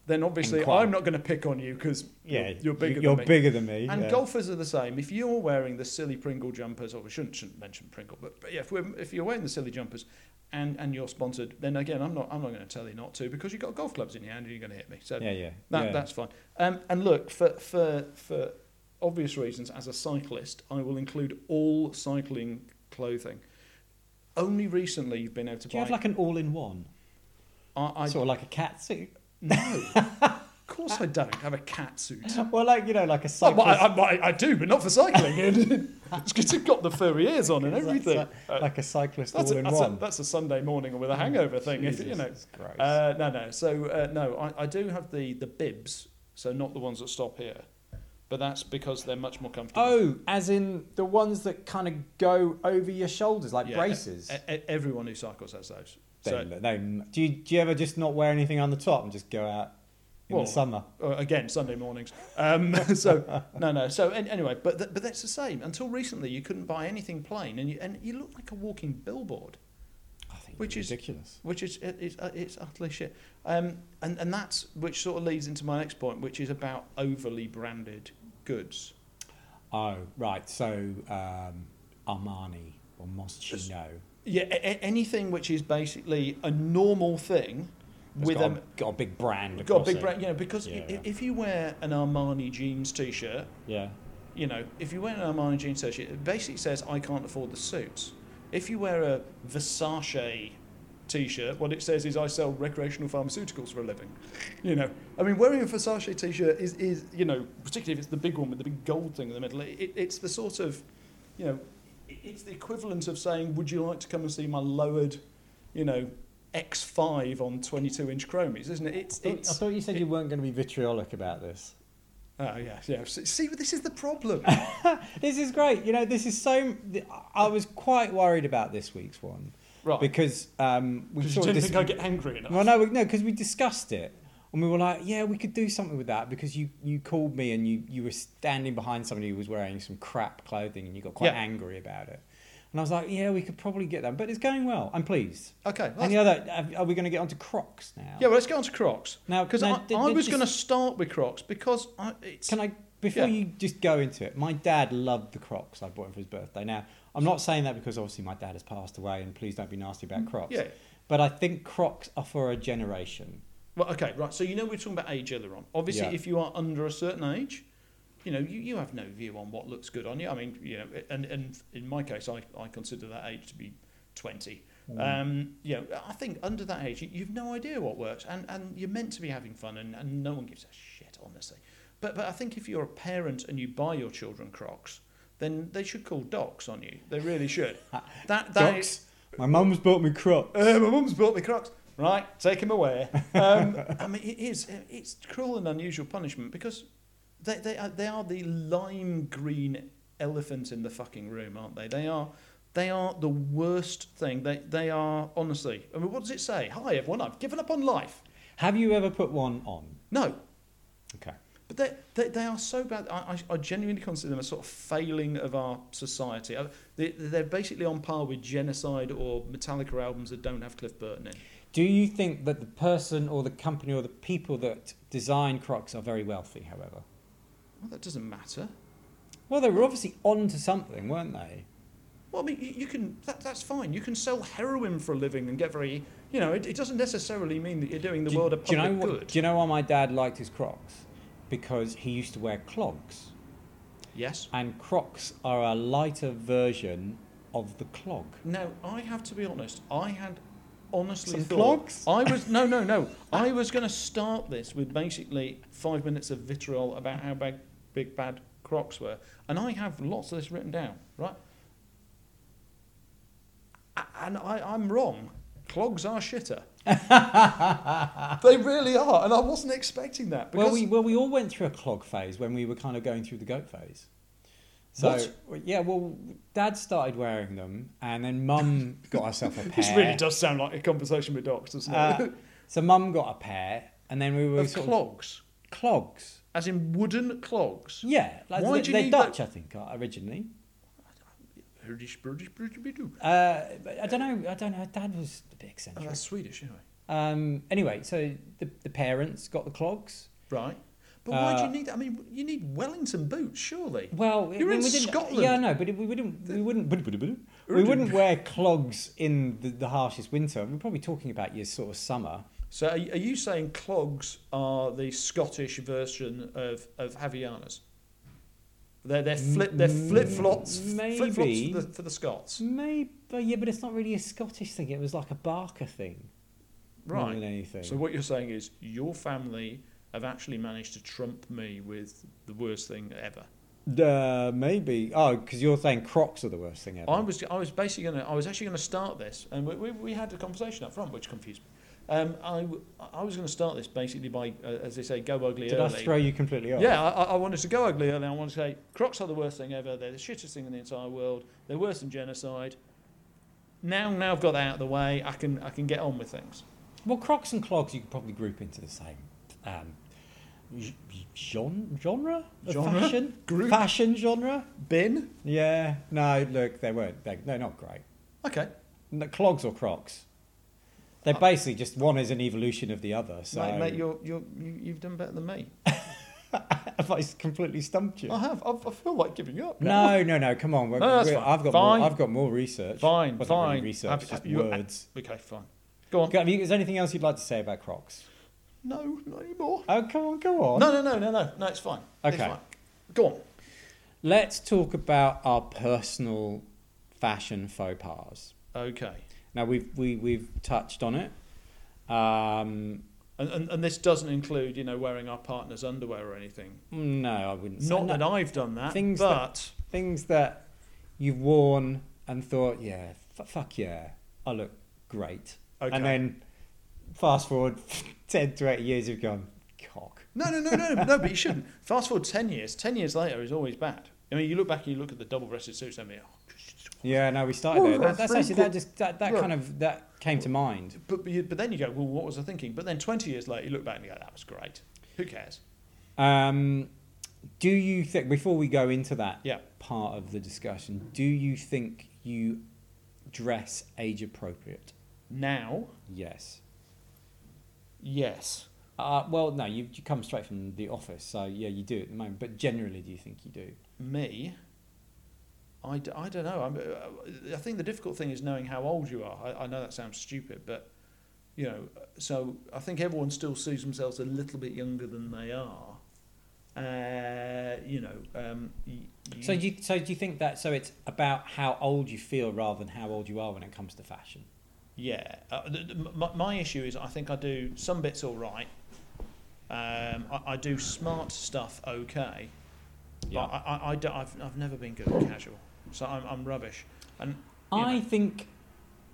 Speaker 2: then obviously
Speaker 1: quite-
Speaker 2: I'm not going to pick on you because
Speaker 1: Yeah,
Speaker 2: you're, you're bigger.
Speaker 1: you- You're
Speaker 2: than me.
Speaker 1: bigger than me.
Speaker 2: And
Speaker 1: yeah.
Speaker 2: golfers are the same. If you're wearing the silly Pringle jumpers, or we shouldn't, shouldn't mention Pringle, but, but yeah, if, we're, if you're wearing the silly jumpers and, and you're sponsored, then again, I'm not, I'm not going to tell you not to because you've got golf clubs in your hand and you're going to hit me. So
Speaker 1: Yeah, yeah.
Speaker 2: that,
Speaker 1: yeah.
Speaker 2: that's fine. Um, and look, for, for, for obvious reasons, as a cyclist, I will include all cycling clothing. Only recently you've been able to
Speaker 1: Do you
Speaker 2: buy.
Speaker 1: have like an all in one?
Speaker 2: I, I,
Speaker 1: Sort of like a cat suit?
Speaker 2: no. of course I don't have a cat suit.
Speaker 1: Well, like, you know, like a
Speaker 2: Oh, Well,
Speaker 1: cyclist.
Speaker 2: but I, I, I- I do, but not for cycling. it's 'cause it's got the furry ears on and
Speaker 1: It's like-
Speaker 2: everything.
Speaker 1: it's
Speaker 2: Uh,
Speaker 1: Like, like a cyclist
Speaker 2: that's,
Speaker 1: all
Speaker 2: a,
Speaker 1: in
Speaker 2: that's, a,
Speaker 1: one. Mm.
Speaker 2: that's a Sunday morning with a hangover thing, if, you
Speaker 1: Jesus,
Speaker 2: know.
Speaker 1: it's gross.
Speaker 2: Uh, no, no. So uh, no, I, I do have the the bibs, so not the ones that stop here, but that's because they're much more comfortable.
Speaker 1: oh, as in the ones that kind of go over your shoulders, like
Speaker 2: Yeah,
Speaker 1: braces.
Speaker 2: e- e- everyone who cycles has those. So
Speaker 1: Then they- do, you, do you ever just not wear anything on the top and just go out in
Speaker 2: Well,
Speaker 1: the summer?
Speaker 2: uh, again, Sunday mornings. Um, so no, no. So an anyway, but th- but that's the same. Until recently, you couldn't buy anything plain, and you and you look like a walking billboard.
Speaker 1: I think
Speaker 2: which
Speaker 1: it's
Speaker 2: is-
Speaker 1: ridiculous.
Speaker 2: which is it- it's, uh, it's utterly shit. Um, and and that's which sort of leads into my next point, which is about overly branded goods.
Speaker 1: Oh, right. So um, Armani or Moschino.
Speaker 2: Yeah, a- a- anything which is basically a normal thing with
Speaker 1: got,
Speaker 2: a
Speaker 1: a, got a big brand.
Speaker 2: got a
Speaker 1: across
Speaker 2: big
Speaker 1: it.
Speaker 2: brand, you know, because i
Speaker 1: Yeah, yeah.
Speaker 2: i- if you wear an Armani jeans t-shirt,
Speaker 1: Yeah.
Speaker 2: you know, if you wear an Armani jeans t-shirt, it basically says I can't afford the suits. If you wear a Versace t-shirt, what it says is I sell recreational pharmaceuticals for a living. You know, I mean, wearing a Versace t-shirt is, is you know, particularly if it's the big one with the big gold thing in the middle, it, it- it's the sort of, you know, it- it's the equivalent of saying, would you like to come and see my lowered, you know, X5 on 22-inch chromies, isn't it? It's,
Speaker 1: Oh, I thought- I
Speaker 2: it's,
Speaker 1: thought you said you weren't going to be vitriolic about this.
Speaker 2: oh yeah, yeah. See- See, this is the problem.
Speaker 1: This is great. You know, this is so. I was quite worried about this week's one
Speaker 2: Right.
Speaker 1: because um, we
Speaker 2: Because you
Speaker 1: sort of
Speaker 2: didn't
Speaker 1: dis-
Speaker 2: think I'd get angry enough.
Speaker 1: Well, no, we- no, because we discussed it and we were like, yeah, we could do something with that because you, you called me and you, you were standing behind somebody who was wearing some crap clothing and you got quite
Speaker 2: Yeah.
Speaker 1: angry about it. And I was like, yeah, we could probably get that, but it's going well. I'm pleased.
Speaker 2: Okay. well,
Speaker 1: Any other? Are- Are we going to get onto Crocs now?
Speaker 2: yeah, well, let's get on to Crocs.
Speaker 1: Now-
Speaker 2: because
Speaker 1: now,
Speaker 2: I,
Speaker 1: did-
Speaker 2: I
Speaker 1: did
Speaker 2: was
Speaker 1: this-
Speaker 2: going to start with Crocs because I, it's.
Speaker 1: Can I, before
Speaker 2: Yeah.
Speaker 1: you just go into it, my dad loved the Crocs I bought him for his birthday. Now, I'm not saying that because obviously my dad has passed away and please don't be nasty about Crocs.
Speaker 2: Mm, Yeah.
Speaker 1: But I think Crocs are for a generation.
Speaker 2: Well, okay, right. So you know we're talking about age earlier on. Obviously,
Speaker 1: Yeah.
Speaker 2: if you are under a certain age, you know you, you have no view on what looks good on you. I mean, you know, and and in my case, I, I consider that age to be twenty. Um, you know, I think under that age, you, you've no idea what works, and, and you're meant to be having fun, and, and no one gives a shit, honestly. But but I think if you're a parent and you buy your children Crocs, then they should call docs on you. They really should. that that is-
Speaker 1: Crocs? My mum's bought me Crocs.
Speaker 2: Uh, my mum's bought me Crocs. Right, take him away. Um, I mean, it is uh, it's cruel and unusual punishment because they they are, they are the lime green elephant in the fucking room, aren't they? They are they are the worst thing. They they are honestly. I mean, what does it say? Hi everyone, I've given up on life.
Speaker 1: Have you ever put one on?
Speaker 2: No,
Speaker 1: Okay.
Speaker 2: but they, they, they are so bad. I, I, I genuinely consider them a sort of failing of our society. I, they, they're basically on par with genocide or Metallica albums that don't have Cliff Burton in.
Speaker 1: Do you think that the person or the company or the people that design Crocs are very wealthy, however?
Speaker 2: Well, that doesn't matter.
Speaker 1: Well, they were obviously on to something, weren't they?
Speaker 2: Well, I mean, you, you can that, that's fine. You can sell heroin for a living and get very, you know, it, it doesn't necessarily mean that you're doing the
Speaker 1: do,
Speaker 2: world a
Speaker 1: do
Speaker 2: public
Speaker 1: you know
Speaker 2: good.
Speaker 1: What, do you know why my dad liked his Crocs? Because he used to wear clogs,
Speaker 2: yes.
Speaker 1: and Crocs are a lighter version of the clog.
Speaker 2: Now I have to be honest. I had honestly
Speaker 1: Some
Speaker 2: thought
Speaker 1: clogs? Ah.
Speaker 2: I was no no no. I was going to start this with basically five minutes of vitriol about how big big bad Crocs were, and I have lots of this written down, right? A- And I, I'm wrong. Clogs are shitter. they really are, and I wasn't expecting that. Because
Speaker 1: Ah. Well, we well we all went through a clog phase when we were kind of going through the goat phase. So
Speaker 2: What?
Speaker 1: well, yeah, well, Dad started wearing them, and then Mum got herself a pair.
Speaker 2: This really does sound like a conversation with docs, doesn't it?
Speaker 1: Uh, so Mum got a pair, and then we were
Speaker 2: of
Speaker 1: sort
Speaker 2: clogs,
Speaker 1: of clogs.
Speaker 2: as in wooden clogs.
Speaker 1: Yeah, like
Speaker 2: Why
Speaker 1: they,
Speaker 2: do you
Speaker 1: they're
Speaker 2: need
Speaker 1: Dutch, I think, uh, originally.
Speaker 2: British, British, British, British.
Speaker 1: Uh, but I don't know. I don't know. Dad was a bit
Speaker 2: Oh,
Speaker 1: eccentric.
Speaker 2: that's Swedish, anyway.
Speaker 1: Um, anyway, so the, the parents got the clogs.
Speaker 2: Right. But why do
Speaker 1: Uh,
Speaker 2: you need that? I mean, you need Wellington boots, surely.
Speaker 1: Well, it-
Speaker 2: You're
Speaker 1: we
Speaker 2: in
Speaker 1: didn't-
Speaker 2: Scotland.
Speaker 1: Yeah, no, but it- we wouldn't. We wouldn't. We wouldn't wear clogs in the, the harshest winter. We're probably talking about your sort of summer.
Speaker 2: So are, are you saying clogs are the Scottish version of, of Havianas? They're, they're, flip, they're
Speaker 1: Mm,
Speaker 2: flip-flops, flip-flops
Speaker 1: maybe.
Speaker 2: for the, for the Scots.
Speaker 1: Maybe, uh, yeah, but it's not really a Scottish thing. It was like a Barker thing, more
Speaker 2: Right.
Speaker 1: than anything.
Speaker 2: So what you're saying is your family have actually managed to trump me with the worst thing ever.
Speaker 1: Uh, maybe. Oh, because you're saying Crocs are the worst thing ever.
Speaker 2: I was I was basically gonna I was actually gonna start this, and we, we, we had a conversation up front, which confused me. Um, I, w- I was gonna start this basically by uh, as they say, go ugly
Speaker 1: Did I
Speaker 2: early.
Speaker 1: throw you completely off?
Speaker 2: yeah, I, I I wanted to go ugly early. I wanted to say Crocs are the worst thing ever. They're the shittest thing in the entire world. They're worse than genocide. Now, now I've got that out of the way. I can I can get on with things.
Speaker 1: Well, Crocs and clogs you could probably group into the same um, g- gen- genre, of
Speaker 2: Genre?
Speaker 1: fashion,
Speaker 2: Group?
Speaker 1: fashion genre.
Speaker 2: Bin.
Speaker 1: Yeah. No, look, they weren't. They, they're not great.
Speaker 2: Okay.
Speaker 1: No, clogs or Crocs. They're basically just one is an evolution of the other. So
Speaker 2: Uh, mate, mate, you're, you're, you, you've done better than me.
Speaker 1: have I s- completely stumped you?
Speaker 2: I have. I've, I feel like giving up. now.
Speaker 1: Oh, No, no, no. Come on. We're,
Speaker 2: No, that's
Speaker 1: we're-
Speaker 2: fine.
Speaker 1: I've got
Speaker 2: Fine.
Speaker 1: more. I've got more research.
Speaker 2: Fine,
Speaker 1: Wasn't really
Speaker 2: fine.
Speaker 1: research,
Speaker 2: Have-
Speaker 1: just
Speaker 2: have you- uh,
Speaker 1: words.
Speaker 2: Okay, fine. Go on.
Speaker 1: Go- have you- Is there anything else you'd like to say about Crocs?
Speaker 2: No, not anymore.
Speaker 1: Oh, come on, go on.
Speaker 2: No, no, no, no, no, no. It's fine. It's
Speaker 1: Okay.
Speaker 2: fine. Go on.
Speaker 1: Let's talk about our personal fashion faux pas.
Speaker 2: Okay.
Speaker 1: Now we've we, we've touched on it. Um,
Speaker 2: And, and, and this doesn't include, you know, wearing our partner's underwear or anything.
Speaker 1: no, I wouldn't. say-
Speaker 2: Not
Speaker 1: no,
Speaker 2: that I've done that.
Speaker 1: Things
Speaker 2: but
Speaker 1: things that you've worn and thought, yeah, f- fuck yeah, I look great.
Speaker 2: Okay.
Speaker 1: And then fast forward ten to eight years, you've gone cock.
Speaker 2: no, no, no, no, no. But you shouldn't. Fast forward ten years. Ten years later is always bad. I mean, you look back and you look at the double-breasted suits. I mean, oh,
Speaker 1: Yeah, no, we started
Speaker 2: Well,
Speaker 1: there. That,
Speaker 2: that's
Speaker 1: that's actually
Speaker 2: pretty
Speaker 1: that just that, that
Speaker 2: Yeah.
Speaker 1: kind of that came to mind.
Speaker 2: but but, you, but then you go, well, what was I thinking? But then twenty years later, you look back and you go, that was great. Who cares?
Speaker 1: Um, do you think before we go into that
Speaker 2: Yeah.
Speaker 1: part of the discussion, do you think you dress age appropriate?
Speaker 2: Now,
Speaker 1: Yes.
Speaker 2: yes.
Speaker 1: Uh, well, no, you you come straight from the office, so yeah, you do at the moment. But generally, do you think you do?
Speaker 2: me I, d- I don't know I'm, uh, i think the difficult thing is knowing how old you are I, I know that sounds stupid but you know so i think everyone still sees themselves a little bit younger than they are uh, you know um, y- y-
Speaker 1: So do you, so do you think that so it's about how old you feel rather than how old you are when it comes to fashion?
Speaker 2: Yeah, uh, th- th- my, my issue is I think I do some bits all right. Um, I, I do smart stuff okay.
Speaker 1: Yeah.
Speaker 2: But I, I, I don't, I've, I've never been good at casual, so I'm, I'm rubbish. And you
Speaker 1: I
Speaker 2: know,
Speaker 1: think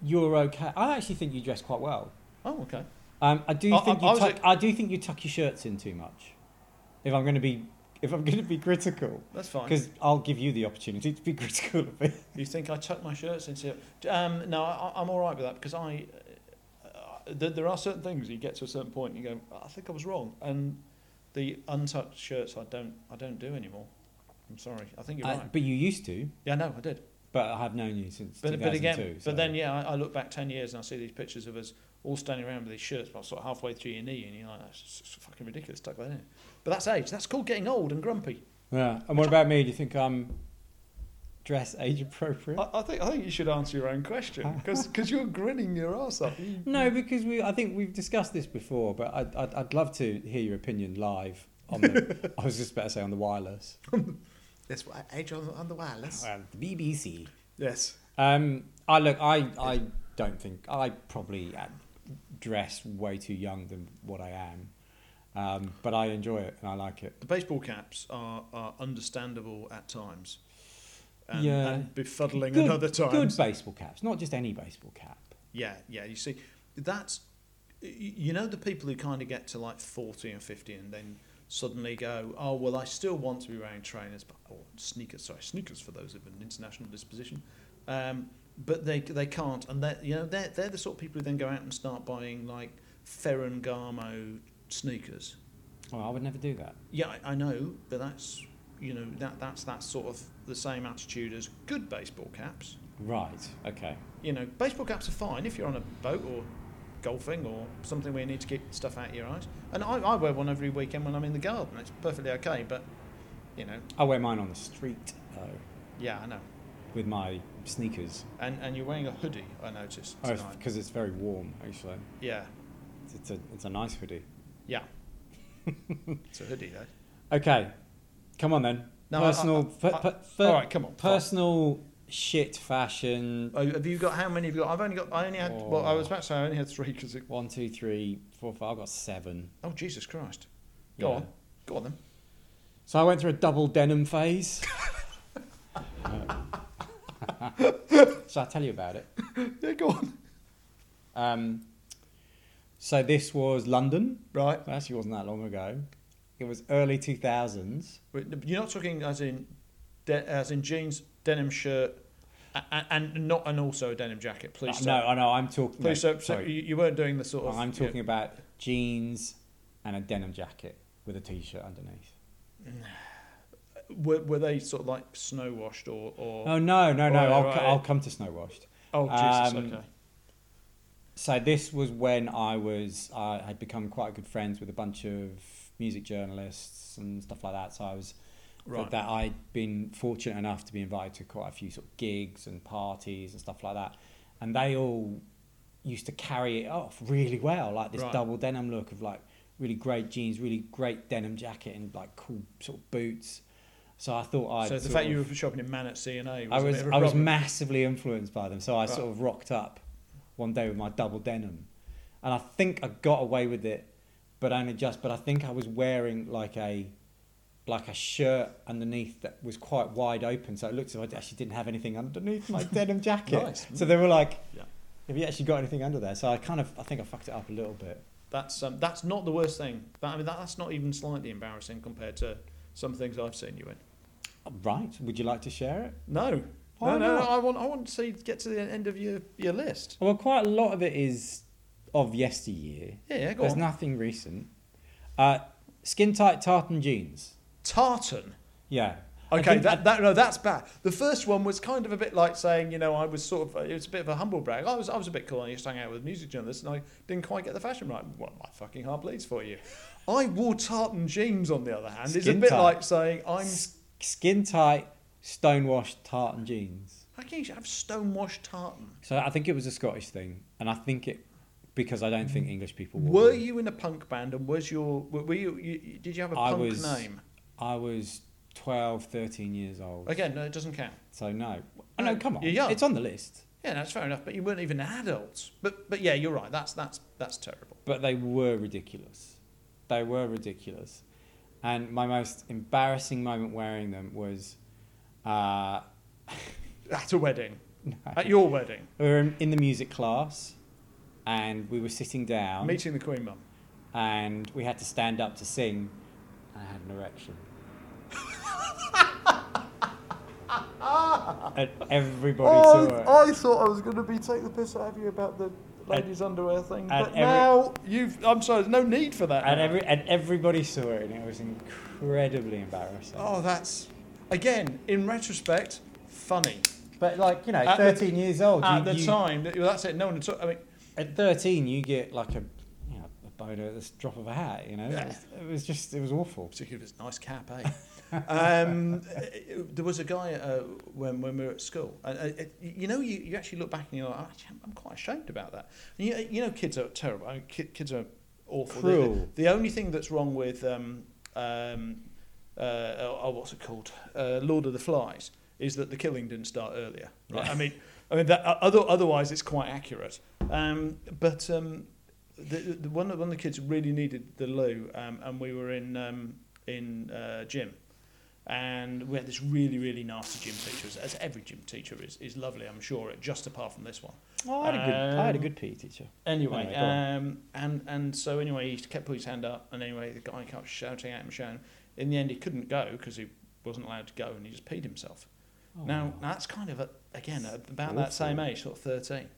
Speaker 1: you're okay. I actually think you dress quite well.
Speaker 2: Oh, okay.
Speaker 1: Um, I do
Speaker 2: I-
Speaker 1: think
Speaker 2: I-
Speaker 1: you
Speaker 2: I was
Speaker 1: tuck,
Speaker 2: ex-
Speaker 1: I do think you tuck your shirts in too much. If I'm going to be if I'm going to be critical,
Speaker 2: That's fine.
Speaker 1: because I'll give you the opportunity to be critical of it.
Speaker 2: You think I tuck my shirts into? Um, no, I, I'm all right with that because I. Uh, th- there are certain things you get to a certain point and you go, I think I was wrong, and the untucked shirts I don't I don't do anymore. I'm sorry. I think you're
Speaker 1: I-
Speaker 2: right.
Speaker 1: but you used to.
Speaker 2: Yeah, no, I did.
Speaker 1: But I have known you since
Speaker 2: But,
Speaker 1: 2002.
Speaker 2: but again,
Speaker 1: so-
Speaker 2: but then yeah, I, I look back ten years and I see these pictures of us all standing around with these shirts, about sort of halfway through your knee, and you're like, that's just fucking ridiculous. Tuck that in. But that's age. That's called getting old and grumpy.
Speaker 1: Yeah. And what about me? Do you think I'm dress age appropriate?
Speaker 2: I, I think I think you should answer your own question because you're grinning your ass off. You-
Speaker 1: no, because we. I think we've discussed this before, but I'd, I'd, I'd love to hear your opinion live. On the, I was just about to say on the wireless,
Speaker 2: That's what age on, on the wireless.
Speaker 1: uh, the BBC.
Speaker 2: Yes.
Speaker 1: Um, I look. I I don't think I probably uh, dress way too young than what I am, um, but I enjoy it and I like it.
Speaker 2: The baseball caps are, are understandable at times. And,
Speaker 1: Yeah.
Speaker 2: and befuddling
Speaker 1: Good-
Speaker 2: at other
Speaker 1: Good
Speaker 2: times.
Speaker 1: baseball caps, not just any baseball cap.
Speaker 2: Yeah, yeah. You see, that's y- you know the people who kind of get to like forty and fifty and then suddenly go, oh well, I still want to be wearing trainers, but or sneakers. Sorry, sneakers for those of an international disposition. Um, but they they can't, and they you know they're they're the sort of people who then go out and start buying like Ferragamo sneakers.
Speaker 1: Oh, I would never do that.
Speaker 2: Yeah, I, I know, but that's you know that that's that sort of the same attitude as good baseball caps.
Speaker 1: Right. Okay.
Speaker 2: You know, baseball caps are fine if you're on a boat or golfing or something where you need to keep stuff out of your eyes. And I, I wear one every weekend when I'm in the garden. It's perfectly okay, but you know,
Speaker 1: I wear mine on the street though,
Speaker 2: yeah, I know.
Speaker 1: with my sneakers.
Speaker 2: And and you're wearing a hoodie, I noticed
Speaker 1: Oh,
Speaker 2: tonight.
Speaker 1: because it's very warm actually.
Speaker 2: Yeah,
Speaker 1: It's, it's a it's a nice hoodie.
Speaker 2: yeah. it's a hoodie though.
Speaker 1: Okay, come on then.
Speaker 2: No, I- I-
Speaker 1: personal.
Speaker 2: I-
Speaker 1: per, per, per-
Speaker 2: All right, come on. fine.
Speaker 1: Personal shit fashion.
Speaker 2: Oh, have you got how many have you got? I've only got. I only had. Well, I was about to say I only had three because.
Speaker 1: One, two, three, four, five. I've got seven.
Speaker 2: Oh Jesus Christ! Go
Speaker 1: Yeah.
Speaker 2: on, go on then.
Speaker 1: So I went through a double denim phase. so I'll tell you about it.
Speaker 2: Yeah, go on.
Speaker 1: Um, so this was London.
Speaker 2: Right.
Speaker 1: It actually wasn't that long ago. It was early 2000s.
Speaker 2: Wait, You're not talking as in de- as in jeans, denim shirt, and, and not and also a denim jacket. Please
Speaker 1: Uh,
Speaker 2: stop.
Speaker 1: no, I know. I'm talking.
Speaker 2: Please
Speaker 1: no,
Speaker 2: stop. So
Speaker 1: sorry.
Speaker 2: you, you weren't doing the sort of.
Speaker 1: I'm talking about jeans and a denim jacket with a t-shirt underneath.
Speaker 2: Yeah. Were, were they sort of like snow washed or or?
Speaker 1: Oh no, no, no!
Speaker 2: Alright,
Speaker 1: I'll,
Speaker 2: alright.
Speaker 1: I'll come to snow washed.
Speaker 2: oh Jesus!
Speaker 1: um,
Speaker 2: okay.
Speaker 1: So this was when I was I had become quite good friends with a bunch of music journalists and stuff like that. So I was
Speaker 2: Right.
Speaker 1: that I'd been fortunate enough to be invited to quite a few sort of gigs and parties and stuff like that, and they all used to carry it off really well, like this
Speaker 2: Right.
Speaker 1: double denim look of like really great jeans, really great denim jacket, and like cool sort of boots. So I thought I.
Speaker 2: so the fact you were shopping in Man at C and A
Speaker 1: I was I was massively influenced by them. So I
Speaker 2: Right.
Speaker 1: sort of rocked up one day with my double denim, and I think I got away with it, but only just. But I think I was wearing like a like a shirt underneath that was quite wide open, so it looked as if I actually didn't have anything underneath my denim jacket.
Speaker 2: Nice.
Speaker 1: So they were like,
Speaker 2: Yeah.
Speaker 1: "Have you actually got anything under there?" So I kind of I think I fucked it up a little bit.
Speaker 2: That's um, that's not the worst thing. That, I mean, that, that's not even slightly embarrassing compared to some things I've seen you in.
Speaker 1: Right? Would you like to share it?
Speaker 2: No.
Speaker 1: Why
Speaker 2: no, no, no,
Speaker 1: not?
Speaker 2: I want, I want to see get to the end of your, your list.
Speaker 1: Well, quite a lot of it is of yesteryear.
Speaker 2: Yeah, yeah, go
Speaker 1: There's
Speaker 2: on.
Speaker 1: nothing recent. Uh, skin tight tartan jeans.
Speaker 2: Tartan.
Speaker 1: Yeah. I
Speaker 2: Okay,
Speaker 1: think-
Speaker 2: that, that no, that's bad. The first one was kind of a bit like saying, you know, I was sort of it was a bit of a humble brag. I was I was a bit cool. I used to hang out with music journalists, and I didn't quite get the fashion right. Well, my fucking heart bleeds for you. I wore tartan jeans. On the other hand, it's a
Speaker 1: Skin
Speaker 2: bit
Speaker 1: tight.
Speaker 2: like saying I'm.
Speaker 1: S- skin tight, stonewashed tartan jeans.
Speaker 2: How can you have stonewashed tartan?
Speaker 1: So I think it was a Scottish thing, and I think it because I don't think English people wore
Speaker 2: Mm. Were
Speaker 1: them.
Speaker 2: you in a punk band, and was your were were you, you you- did you have a
Speaker 1: I
Speaker 2: punk
Speaker 1: was-
Speaker 2: name?
Speaker 1: I was 12, 13 years old.
Speaker 2: Again, no, it doesn't count.
Speaker 1: So no. Oh, no, come on.
Speaker 2: You're young.
Speaker 1: It's on the list.
Speaker 2: Yeah, that's fair enough. But you weren't even adults. But but yeah, you're right. That's that's that's terrible.
Speaker 1: But they were ridiculous. They were ridiculous. And my most embarrassing moment wearing them was uh,
Speaker 2: At a wedding,
Speaker 1: no.
Speaker 2: at your wedding.
Speaker 1: We were in, in the music class, and we were sitting down,
Speaker 2: Meeting the Queen Mum.
Speaker 1: and we had to stand up to sing, and I had an erection. and everybody
Speaker 2: Oh,
Speaker 1: saw it.
Speaker 2: I thought I was going to be take the piss out of you about the
Speaker 1: ladies'
Speaker 2: underwear thing,
Speaker 1: but every-
Speaker 2: now you've. I'm sorry, there's no need for that.
Speaker 1: and
Speaker 2: now.
Speaker 1: every and everybody saw it, and it was incredibly embarrassing.
Speaker 2: Oh, that's again in retrospect funny.
Speaker 1: But like you know,
Speaker 2: At the-
Speaker 1: thirteen years old.
Speaker 2: At
Speaker 1: you,
Speaker 2: the
Speaker 1: Oh, you-
Speaker 2: time, that- well, that's it. No one had talk- I mean,
Speaker 1: At thirteen, you get like a, you know, a boner at the drop of a hat. You know,
Speaker 2: Yeah.
Speaker 1: it, was, it was just it was awful.
Speaker 2: particularly if it's a nice cap, eh? um, uh, there was a guy uh, when when we were at school. Uh, uh, it- you know, you, you actually look back and you're like, "Actually, I'm- I'm quite ashamed about that. And you, you know, kids are terrible. I mean, ki- kids are awful. The-
Speaker 1: Cruel.
Speaker 2: The, the only thing that's wrong with um, um, uh, oh, what's it called? Uh, Lord of the Flies is that the killing didn't start earlier. Right? I mean, I mean that, uh, other, otherwise it's quite accurate. Um, but um, the, the one, one of the kids really needed the loo, um, and we were in um, in uh, gym, and we had this really really nasty gym teacher, as, as every gym teacher is is lovely, I'm sure, just apart from this one.
Speaker 1: Oh, I had a good I had a
Speaker 2: Um,
Speaker 1: good PE teacher.
Speaker 2: Anyway,
Speaker 1: Anyway, go on.
Speaker 2: um, and and so anyway, he kept putting his hand up, and anyway, the guy kept shouting at him, shouting. In the end, he couldn't go because he wasn't allowed to go, and he just peed himself.
Speaker 1: Oh,
Speaker 2: now,
Speaker 1: wow.
Speaker 2: now that's kind of a, again a, about
Speaker 1: Awful.
Speaker 2: that same age, sort of thirteen.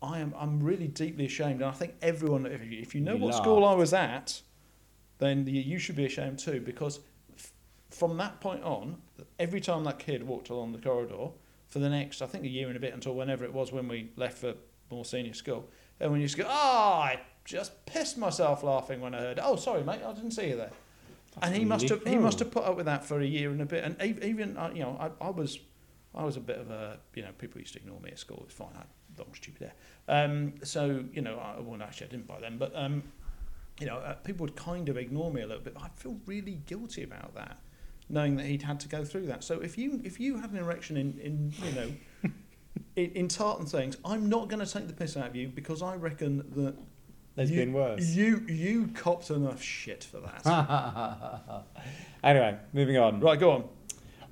Speaker 2: I am I'm really deeply ashamed, and I think everyone, if you, if you know
Speaker 1: You
Speaker 2: what
Speaker 1: laughed.
Speaker 2: school I was at, then you, you should be ashamed too, because f- from that point on, every time that kid walked along the corridor for the next, I think a year and a bit until whenever it was when we left for more senior school, everyone used to go, "Ah, I just pissed myself laughing when I heard. Oh, sorry, mate, I didn't see you there." and he must have he must
Speaker 1: Oh.
Speaker 2: have put up with that for a year and a bit. And ev- even uh, you know, I, I was I was a bit of a you know people used to ignore me at school. It's fine, I had long stupid hair. Um, so you know, I, well actually I didn't by then, but um, you know, uh, people would kind of ignore me a little bit. I feel really guilty about that, knowing that he'd had to go through that. So if you if you had an erection in in you know. In, in tartan things, I'm not going to take the piss out of you because I reckon that
Speaker 1: There's
Speaker 2: you,
Speaker 1: been worse. Ah.
Speaker 2: You you copped enough shit for that.
Speaker 1: anyway, moving on.
Speaker 2: Right, go on.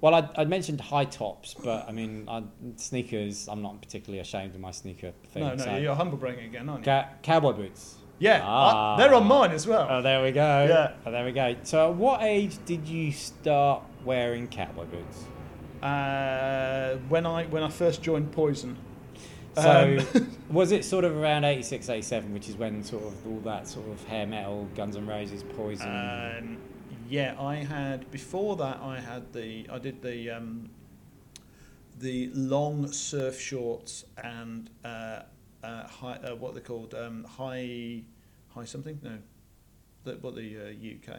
Speaker 1: Well, I, I mentioned high tops, but I mean I, sneakers. I'm not particularly ashamed of my sneaker thing.
Speaker 2: No, no,
Speaker 1: so-
Speaker 2: you're humble bragging again, aren't you?
Speaker 1: Ca- cowboy boots.
Speaker 2: yeah,
Speaker 1: Ah.
Speaker 2: I- they're on mine as well.
Speaker 1: Oh, there we go.
Speaker 2: Yeah.
Speaker 1: Oh, there we go. So, at what age did you start wearing cowboy boots?
Speaker 2: Uh, when I when I first joined Poison,
Speaker 1: So,
Speaker 2: Um,
Speaker 1: was it sort of around 86, 87, which is when sort of all that sort of hair metal, Guns N' Roses, Poison?
Speaker 2: um, yeah, I had before that I had the I did the um, the long surf shorts and uh, uh, high uh, what are they called um, high high something no, the, what the uh, UK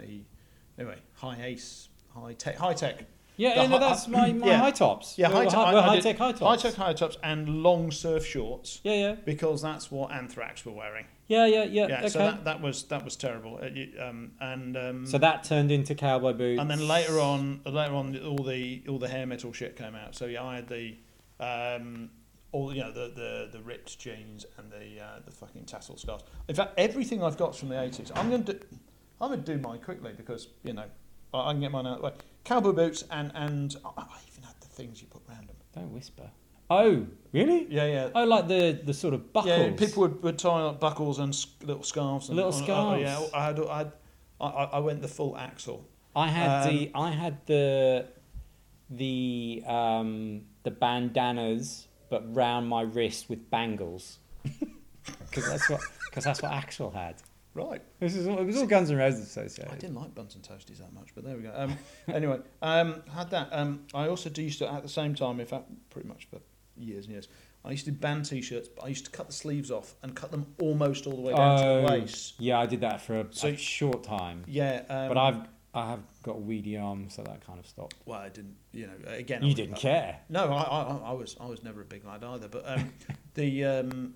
Speaker 2: anyway high ace high tech high tech
Speaker 1: yeah,
Speaker 2: the
Speaker 1: yeah, no,
Speaker 2: hi-
Speaker 1: that's my, my
Speaker 2: yeah.
Speaker 1: high tops.
Speaker 2: yeah
Speaker 1: We were
Speaker 2: high,
Speaker 1: hi-
Speaker 2: I-
Speaker 1: we're
Speaker 2: I
Speaker 1: high
Speaker 2: did
Speaker 1: tech high tops.
Speaker 2: high tech high tops and long surf shorts.
Speaker 1: Yeah, yeah,
Speaker 2: because that's what Anthrax were wearing.
Speaker 1: yeah, yeah, yeah.
Speaker 2: Yeah,
Speaker 1: okay.
Speaker 2: so that, that was that was terrible. Uh, you- um, and um,
Speaker 1: so that turned into cowboy boots.
Speaker 2: and then later on, later on, all the all the hair metal shit came out. So yeah, I had the um, all you know the, the the ripped jeans and the uh, the fucking tassel scarves. In fact, everything I've got's from the eighties. I'm gonna do, I'm gonna do mine quickly because you know I, I can get mine out of the way. Cowboy boots and and I, I even had the things you put round them.
Speaker 1: Don't whisper. Oh, really?
Speaker 2: Yeah, yeah.
Speaker 1: I like the, the sort of buckles.
Speaker 2: Yeah, people would, would tie up buckles and s- little scarves. And,
Speaker 1: Little
Speaker 2: oh,
Speaker 1: scarves.
Speaker 2: Oh, yeah, I had, I, had, I, I I went the full axle.
Speaker 1: I had
Speaker 2: Um,
Speaker 1: the I had the the um, the bandanas, but round my wrist with bangles, because that's what because that's what Axel had.
Speaker 2: Right.
Speaker 1: This is all, it was all Guns N' Roses
Speaker 2: I
Speaker 1: associated.
Speaker 2: didn't like buns and toasties that much, but there we go. Um, anyway, um, had that. Um, I also do used to at the same time, in fact, pretty much for years and years. I used to ban t-shirts, but I used to cut the sleeves off and cut them almost all the way down
Speaker 1: Oh.
Speaker 2: to the waist.
Speaker 1: yeah, I did that for a,
Speaker 2: So-
Speaker 1: a short time,
Speaker 2: Yeah, um,
Speaker 1: but I've I have got a weedy arm, so that kind of stopped.
Speaker 2: well, I didn't. You know, again, I
Speaker 1: You
Speaker 2: was-
Speaker 1: didn't care.
Speaker 2: No, I, I, I- I was I was never a big lad either. But um, the um,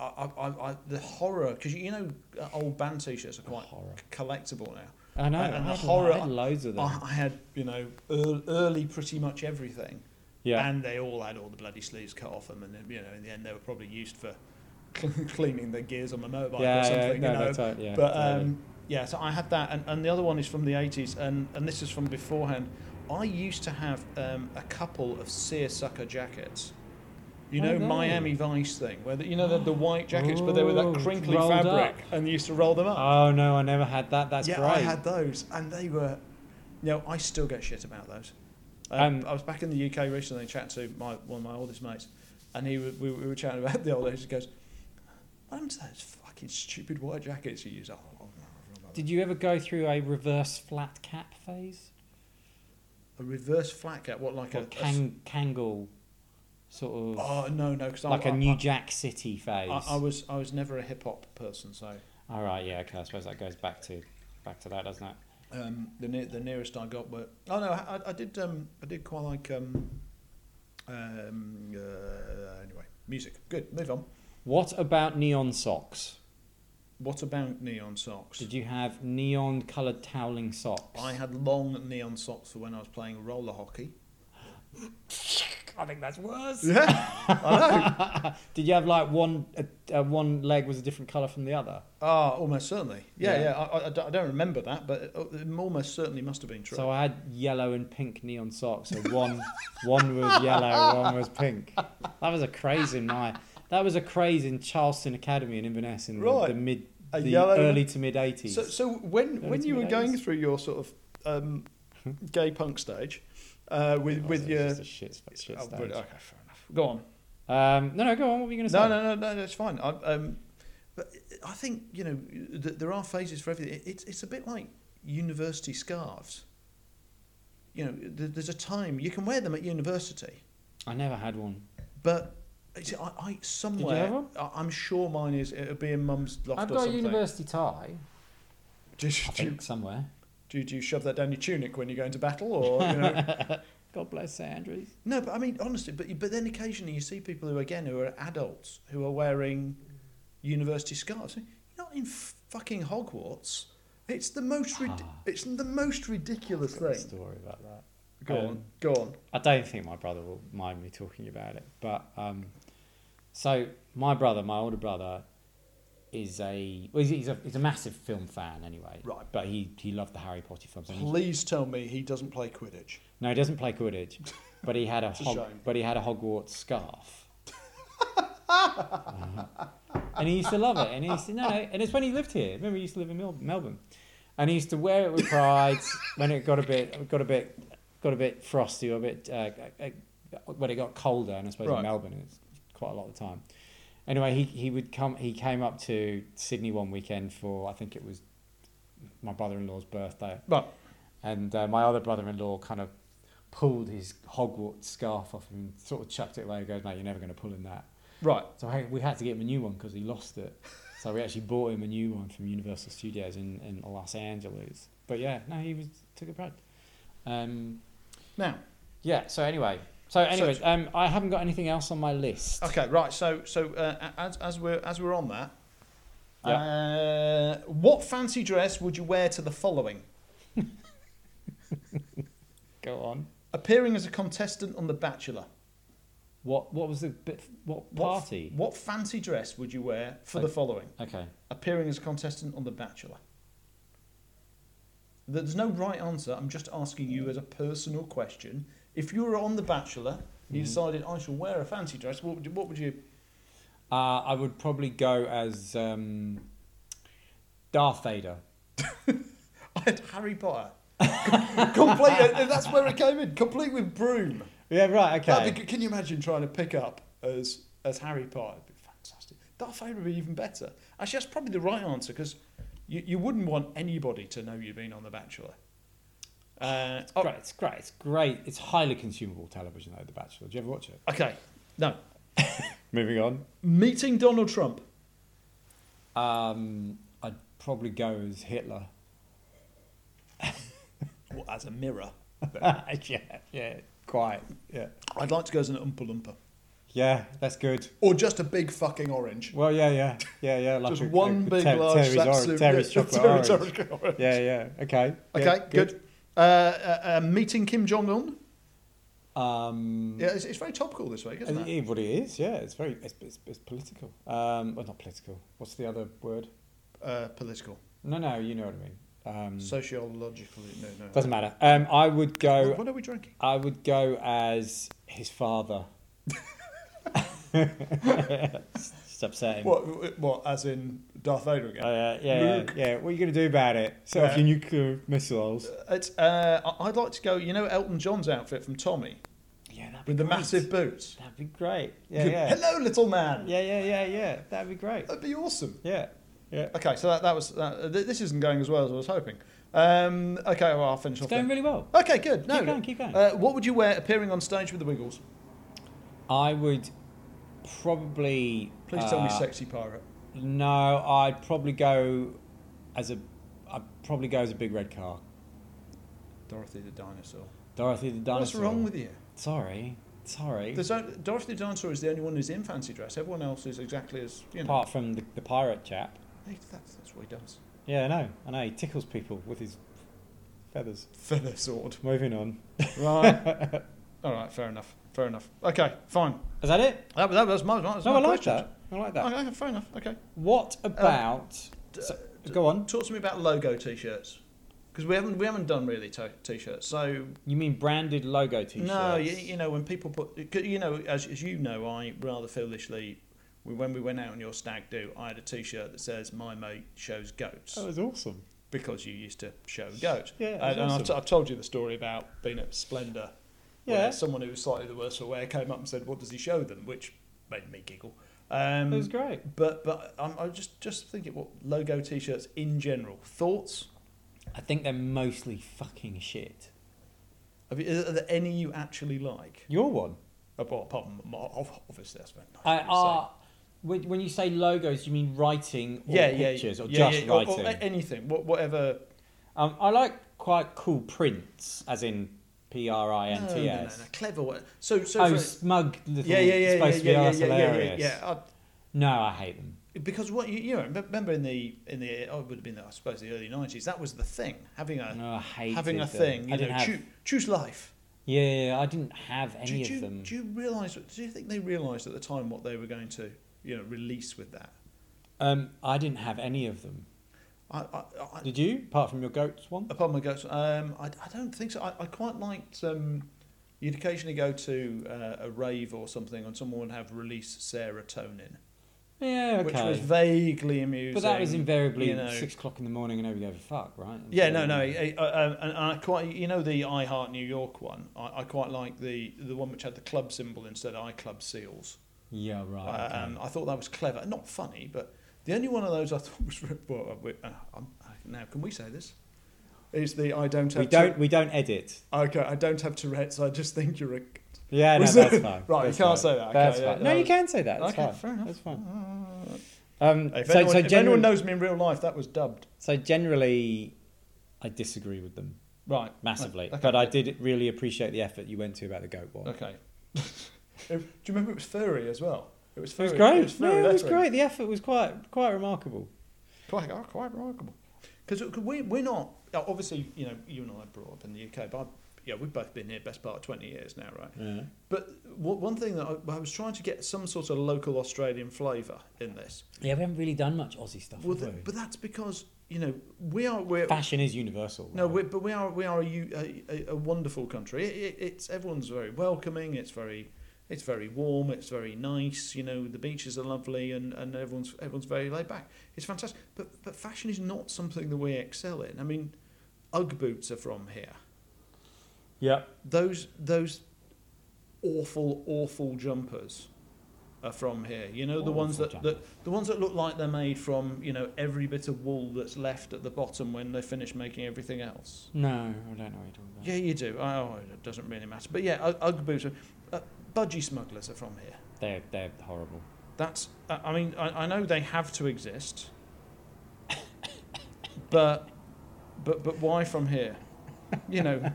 Speaker 2: I, I, I- I, the horror because you know uh, old band T-shirts are quite
Speaker 1: horror.
Speaker 2: collectible now.
Speaker 1: I know.
Speaker 2: and
Speaker 1: I
Speaker 2: the
Speaker 1: had,
Speaker 2: horror- Oh,
Speaker 1: I had loads of them.
Speaker 2: I, I had you know early, early pretty much everything,
Speaker 1: yeah.
Speaker 2: and they all had all the bloody sleeves cut off them, and then, you know in the end they were probably used for cleaning the gears on my motorbike
Speaker 1: yeah,
Speaker 2: or something.
Speaker 1: yeah,
Speaker 2: you
Speaker 1: no,
Speaker 2: know,
Speaker 1: that's right, yeah,
Speaker 2: but
Speaker 1: totally.
Speaker 2: um, yeah, so I had that, and, and the other one is from the 80s, and, and this is from beforehand. I used to have um, a couple of seersucker jackets. You
Speaker 1: Oh,
Speaker 2: know
Speaker 1: no.
Speaker 2: Miami Vice thing, where the, you know the, the white jackets, but they were
Speaker 1: Oh,
Speaker 2: that crinkly
Speaker 1: rolled
Speaker 2: fabric,
Speaker 1: up.
Speaker 2: and you used to roll them up.
Speaker 1: Oh no, I never had that. That's
Speaker 2: yeah,
Speaker 1: great.
Speaker 2: I had those, and they were. No, I still get shit about those. Um,
Speaker 1: Um,
Speaker 2: I was back in the UK recently, chatting to my one of my oldest mates, and he wa- we, we were chatting about the old age. He goes, "What happened to those fucking stupid white jackets you use?" Oh, oh, no, no, no.
Speaker 1: Did you ever go through a reverse flat cap phase?
Speaker 2: a reverse flat cap? What like
Speaker 1: Or
Speaker 2: a? a s-
Speaker 1: kang- Kangol sort of
Speaker 2: oh no, no, because
Speaker 1: like
Speaker 2: I,
Speaker 1: a
Speaker 2: I-
Speaker 1: New
Speaker 2: I-
Speaker 1: Jack City phase.
Speaker 2: I, I was I was never a hip hop person, so
Speaker 1: All right, yeah, okay. I suppose that goes back to back to that, doesn't it?
Speaker 2: um, the ne- the nearest I got were oh no I, I- I did um, I did quite like um, um, uh, anyway music good move on
Speaker 1: What about neon socks?
Speaker 2: what about neon socks
Speaker 1: Did you have neon coloured toweling socks?
Speaker 2: I had long neon socks for when I was playing roller hockey
Speaker 1: I think that's worse.
Speaker 2: yeah I know
Speaker 1: Did you have like one uh, uh, one leg was a different colour from the other?
Speaker 2: oh almost certainly yeah
Speaker 1: Yeah.
Speaker 2: yeah, I- I, I, don't- I don't remember that but it, it almost certainly must have been true
Speaker 1: So I had yellow and pink neon socks. So one one was yellow, one was pink. That was a craze in my that was a craze in Charleston Academy in Inverness in the- the,
Speaker 2: Right.
Speaker 1: mid
Speaker 2: A
Speaker 1: the
Speaker 2: yellow-
Speaker 1: early to mid eighties.
Speaker 2: So, so when
Speaker 1: Early
Speaker 2: when
Speaker 1: to Hmm?
Speaker 2: you were
Speaker 1: mid
Speaker 2: going
Speaker 1: 80s.
Speaker 2: through your sort of um, gay punk stage, uh, with with your
Speaker 1: Oh, just a shit, sp- shit
Speaker 2: oh,
Speaker 1: stage.
Speaker 2: but- okay, fair enough. Go on.
Speaker 1: Um, no, no, go on. What were you going to say?
Speaker 2: No, no, no, no. That's fine. I, um, but I think you know th- there are phases for everything. It, it's it's a bit like university scarves. You know, th- there's a time you can wear them at university,
Speaker 1: I never had one.
Speaker 2: but. it's- I, I somewhere
Speaker 1: have one?
Speaker 2: I, I'm sure mine is it'll be in mum's loft
Speaker 1: I've
Speaker 2: or
Speaker 1: got a
Speaker 2: something.
Speaker 1: university tie.
Speaker 2: do, you,
Speaker 1: I
Speaker 2: do, you,
Speaker 1: think somewhere.
Speaker 2: do, you, do you shove that down your tunic when you go into battle, or you know?
Speaker 1: God bless St Andrews.
Speaker 2: No, but I mean honestly, but but then occasionally you see people who again who are adults who are wearing university scarves. You're not in fucking Hogwarts. It's the most rid-
Speaker 1: Ah.
Speaker 2: it's the most ridiculous
Speaker 1: Got a
Speaker 2: thing.
Speaker 1: story about that.
Speaker 2: Go
Speaker 1: Um,
Speaker 2: on, go on.
Speaker 1: I don't think my brother will mind me talking about it, but um, so my brother, my older brother, is a well, he's, he's a he's a massive film fan anyway.
Speaker 2: Right.
Speaker 1: But he he loved the Harry Potter films. and he-
Speaker 2: Please tell me he doesn't play Quidditch.
Speaker 1: no, he doesn't play Quidditch, but he had a,
Speaker 2: a
Speaker 1: hog,
Speaker 2: shame.
Speaker 1: but he had a Hogwarts scarf. and he used to love it, and he used to no, no, and it's when he lived here. Remember, he used to live in Mel- Melbourne, and he used to wear it with pride when it got a bit, got a bit, got a bit frosty or a bit uh, uh, uh, when it got colder. And I suppose in
Speaker 2: Right.
Speaker 1: Melbourne, it's quite a lot of the time. Anyway, he, he would come. He came up to Sydney one weekend for I think it was my brother-in-law's birthday,
Speaker 2: Right.
Speaker 1: and uh, my other brother-in-law kind of pulled his Hogwarts scarf off him and sort of chucked it away and goes, mate, you're never going to pull in that.
Speaker 2: Right.
Speaker 1: So I, we had to get him a new one because he lost it. So we actually bought him a new one from Universal Studios in, in Los Angeles. But yeah, no, he was took a pride. Um,
Speaker 2: Now,
Speaker 1: yeah, so anyway. So anyways, um, I haven't got anything else on my list.
Speaker 2: okay, right. So so uh, a- as as we're as we're on that,
Speaker 1: Yeah.
Speaker 2: uh, what fancy dress would you wear to the following?
Speaker 1: Go on.
Speaker 2: Appearing as a contestant on The Bachelor.
Speaker 1: What what was the bit, what
Speaker 2: What f-
Speaker 1: party?
Speaker 2: What fancy dress would you wear for the
Speaker 1: Okay.
Speaker 2: following?
Speaker 1: okay.
Speaker 2: appearing as a contestant on The Bachelor? There's no right answer. I'm just asking you as a personal question. If you were on The Bachelor, you
Speaker 1: Mhm.
Speaker 2: decided I shall wear a fancy dress. What would you? What would you
Speaker 1: Uh, I would probably go as um, Darth Vader.
Speaker 2: I had Harry Potter. complete. and that's where it came in. Complete with broom.
Speaker 1: Yeah, right, okay.
Speaker 2: That'd be good. Can you imagine trying to pick up as as Harry Potter? It'd be fantastic. Darth Vader would be even better. Actually, that's probably the right answer because you, you wouldn't want anybody to know you've been on The Bachelor. Uh, oh,
Speaker 1: Great, it's great, it's great. It's highly consumable television though, The Bachelor. Do you ever watch it?
Speaker 2: Okay, no.
Speaker 1: Moving on.
Speaker 2: Meeting Donald Trump.
Speaker 1: Um, I'd probably go as Hitler.
Speaker 2: Well, as a mirror.
Speaker 1: yeah, yeah. Quite. Yeah.
Speaker 2: I'd like to go as an Oompa Loompa.
Speaker 1: Yeah, that's good.
Speaker 2: Or just a big fucking orange.
Speaker 1: Well, yeah, yeah, yeah, yeah. Like
Speaker 2: just
Speaker 1: a-
Speaker 2: one
Speaker 1: a
Speaker 2: big
Speaker 1: Ter-
Speaker 2: large
Speaker 1: Terry's, or-
Speaker 2: Satsuma-
Speaker 1: Terry's
Speaker 2: yeah,
Speaker 1: chocolate
Speaker 2: Terry's
Speaker 1: orange.
Speaker 2: chocolate orange.
Speaker 1: Yeah, yeah. Okay.
Speaker 2: Okay,
Speaker 1: yeah,
Speaker 2: good. Uh, uh, uh, meeting Kim Jong Un.
Speaker 1: Um,
Speaker 2: Yeah, it's, it's very topical this week, isn't
Speaker 1: Uh, it,
Speaker 2: it?
Speaker 1: it- what it is, yeah. It's very, it's, it's, it's political. Um, well, not political. What's the other word?
Speaker 2: Uh, political,
Speaker 1: No, no, you know what I mean. Um,
Speaker 2: sociological. No, no.
Speaker 1: doesn't matter. Um, I would go.
Speaker 2: What- what are we drinking?
Speaker 1: I would go as his father. it's just upsetting.
Speaker 2: What? What? As in Darth Vader again?
Speaker 1: Uh, yeah, yeah,
Speaker 2: Luke.
Speaker 1: yeah. What are you going to do about it? Set off
Speaker 2: Yeah.
Speaker 1: your nuclear missiles.
Speaker 2: It's. Uh, I- I'd like to go. You know Elton John's outfit from Tommy
Speaker 1: Yeah, that'd be
Speaker 2: with the
Speaker 1: great.
Speaker 2: massive boots.
Speaker 1: That'd be great. Yeah, yeah.
Speaker 2: Hello, little man.
Speaker 1: Yeah, yeah, yeah, yeah. That'd be great.
Speaker 2: That'd be awesome.
Speaker 1: Yeah, yeah.
Speaker 2: Okay, so that, that was. That, th- this isn't going as well as I was hoping. Um, okay, well, I'll finish
Speaker 1: It's
Speaker 2: off.
Speaker 1: going
Speaker 2: Then.
Speaker 1: really well.
Speaker 2: Okay, good. No,
Speaker 1: Keep going, keep going.
Speaker 2: Uh, what would you wear appearing on stage with the Wiggles?
Speaker 1: I would probably.
Speaker 2: Please tell me,
Speaker 1: uh,
Speaker 2: sexy pirate.
Speaker 1: No, I'd probably go as a. I'd probably go as a big red car.
Speaker 2: Dorothy the dinosaur.
Speaker 1: Dorothy the dinosaur.
Speaker 2: What's wrong with you?
Speaker 1: Sorry, sorry.
Speaker 2: There's only, Dorothy the dinosaur is the only one who's in fancy dress. Everyone else is exactly as you know.
Speaker 1: Apart from the, the pirate chap.
Speaker 2: Hey, That's, that's what he does.
Speaker 1: Yeah, I know. I know. He tickles people with his feathers.
Speaker 2: Feather sword.
Speaker 1: Moving on.
Speaker 2: Right. All right. Fair enough. Fair enough. Okay. Fine.
Speaker 1: Is that it?
Speaker 2: That, that, that's my. That's
Speaker 1: No,
Speaker 2: my
Speaker 1: I like
Speaker 2: questions.
Speaker 1: that. I like that.
Speaker 2: Okay. Fair enough. Okay.
Speaker 1: What about?
Speaker 2: d-
Speaker 1: so- go on.
Speaker 2: Talk to me about logo t-shirts because we haven't we haven't done really t- t-shirts. So
Speaker 1: You mean branded logo t-shirts?
Speaker 2: No, you, you know, when people put, 'cause, you know, as, as you know, I rather foolishly, we- when we went out on your stag do, I had a t shirt that says, My mate shows goats.
Speaker 1: That was awesome.
Speaker 2: Because you used to show goats.
Speaker 1: Oh. Yeah,
Speaker 2: and
Speaker 1: that's
Speaker 2: and I've,
Speaker 1: awesome.
Speaker 2: t- I've told you the story about being at Splendor, where
Speaker 1: Yeah.
Speaker 2: someone who was slightly the worse for wear came up and said, What does he show them? Which made me giggle.
Speaker 1: It
Speaker 2: Um,
Speaker 1: was great.
Speaker 2: but but I'm, I just just thinking, what logo t shirts in general? Thoughts?
Speaker 1: I think they're mostly fucking shit.
Speaker 2: Have you, are there any you actually like?
Speaker 1: Your one.
Speaker 2: Apart apart from, obviously, that's very nice.
Speaker 1: I
Speaker 2: of you to say.
Speaker 1: are. When when you say logos, you mean writing or
Speaker 2: yeah, yeah,
Speaker 1: pictures or
Speaker 2: yeah,
Speaker 1: just
Speaker 2: yeah, or-
Speaker 1: writing?
Speaker 2: or a- anything, wha- whatever.
Speaker 1: um, I like quite cool prints, as in P R I
Speaker 2: No,
Speaker 1: N
Speaker 2: no,
Speaker 1: T
Speaker 2: no, no,
Speaker 1: S.
Speaker 2: clever. What? So, so
Speaker 1: Oh,
Speaker 2: for-
Speaker 1: smug little.
Speaker 2: yeah, yeah, yeah, yeah,
Speaker 1: supposed to be
Speaker 2: yeah, yeah,
Speaker 1: arse
Speaker 2: yeah, yeah, yeah,
Speaker 1: hilarious.
Speaker 2: yeah. Uh,
Speaker 1: No, I hate them.
Speaker 2: Because what you, you know, me- remember in the in the oh, it would have been the, I suppose the early nineties. That was the thing, having a
Speaker 1: No, I hate
Speaker 2: having a thing. You know, choo- choose life.
Speaker 1: yeah, yeah, I didn't have
Speaker 2: Do,
Speaker 1: any
Speaker 2: you- do,
Speaker 1: of
Speaker 2: you-
Speaker 1: them.
Speaker 2: do you realize? Do you think they realized at the time what they were going to you know release with that?
Speaker 1: um, I didn't have any of them.
Speaker 2: I, I, I
Speaker 1: Did you? Apart from your goats one?
Speaker 2: Upon my goats, um, I, I don't think so. I, I quite liked. Um, you'd occasionally go to uh, a rave or something, and someone would have release serotonin,
Speaker 1: Yeah,
Speaker 2: which was
Speaker 1: okay.
Speaker 2: vaguely amusing.
Speaker 1: But that was invariably
Speaker 2: you know.
Speaker 1: six o'clock in the morning, and nobody gave a fuck, right? And
Speaker 2: Yeah,
Speaker 1: so- uh,
Speaker 2: no, no. I, I, I, um, and I quite, you know, the I Heart New York one. I, I quite like the the one which had the club symbol instead of I Club Seals.
Speaker 1: Yeah, right. Ah, okay.
Speaker 2: Um, I thought that was clever, not funny, but the only one of those I thought was. re- Well, uh, we, uh, I'm, uh, now can we say this? Is the I don't have
Speaker 1: we don't. We don't edit.
Speaker 2: Okay, I don't have Tourette's. I just think you're a.
Speaker 1: Yeah, no,
Speaker 2: Was
Speaker 1: that's
Speaker 2: it-
Speaker 1: fine.
Speaker 2: Right, you
Speaker 1: that's
Speaker 2: can't
Speaker 1: fine.
Speaker 2: say that, okay,
Speaker 1: That's
Speaker 2: yeah,
Speaker 1: fine. No,
Speaker 2: no.
Speaker 1: you can say that. That's
Speaker 2: Okay,
Speaker 1: fine.
Speaker 2: fair enough.
Speaker 1: That's fine.
Speaker 2: Uh,
Speaker 1: Um,
Speaker 2: If,
Speaker 1: so, so,
Speaker 2: anyone, if anyone
Speaker 1: general,
Speaker 2: knows me in real life, that was dubbed.
Speaker 1: so generally, I disagree with them
Speaker 2: Right.
Speaker 1: massively.
Speaker 2: Okay.
Speaker 1: But I did really appreciate the effort you went to about the goat one.
Speaker 2: Okay. do you remember it was furry as well? It was
Speaker 1: It
Speaker 2: furry.
Speaker 1: was great.
Speaker 2: It was, furry
Speaker 1: no, it was
Speaker 2: lettering.
Speaker 1: great. The effort was quite quite remarkable.
Speaker 2: Quite, oh, quite remarkable. Because we, we're not, oh, obviously, you know, you and I are brought up in the UK, but I, yeah, we've both been here best part of 20 years now, right?
Speaker 1: Yeah.
Speaker 2: But w- one thing that I, I was trying to get some sort of local Australian flavour in this.
Speaker 1: we haven't really done much Aussie stuff.
Speaker 2: Well,
Speaker 1: have
Speaker 2: th-
Speaker 1: we?
Speaker 2: but that's because, you know, we are, we're,
Speaker 1: Fashion is universal.
Speaker 2: No,
Speaker 1: right?
Speaker 2: we but we are we are a u- a, a, a wonderful country. It, it, it's everyone's very welcoming. It's very it's very warm. It's very nice. You know the beaches are lovely, and, and everyone's everyone's very laid back. It's fantastic. But but fashion is not something that we excel in. I mean, UGG boots are from here.
Speaker 1: Yeah.
Speaker 2: Those those awful awful jumpers are from here. You know the ones
Speaker 1: Awful
Speaker 2: that, that the ones that look like they're made from you know every bit of wool that's left at the bottom when they finish making everything else.
Speaker 1: No, I don't know what you're talking about.
Speaker 2: Yeah, you do. Oh, it doesn't really matter. But yeah, Ugg- Ugg boots. Are, uh, budgie smugglers are from here.
Speaker 1: They're they're horrible.
Speaker 2: That's. uh, I I mean, I, I know they have to exist, but but but why from here? You know,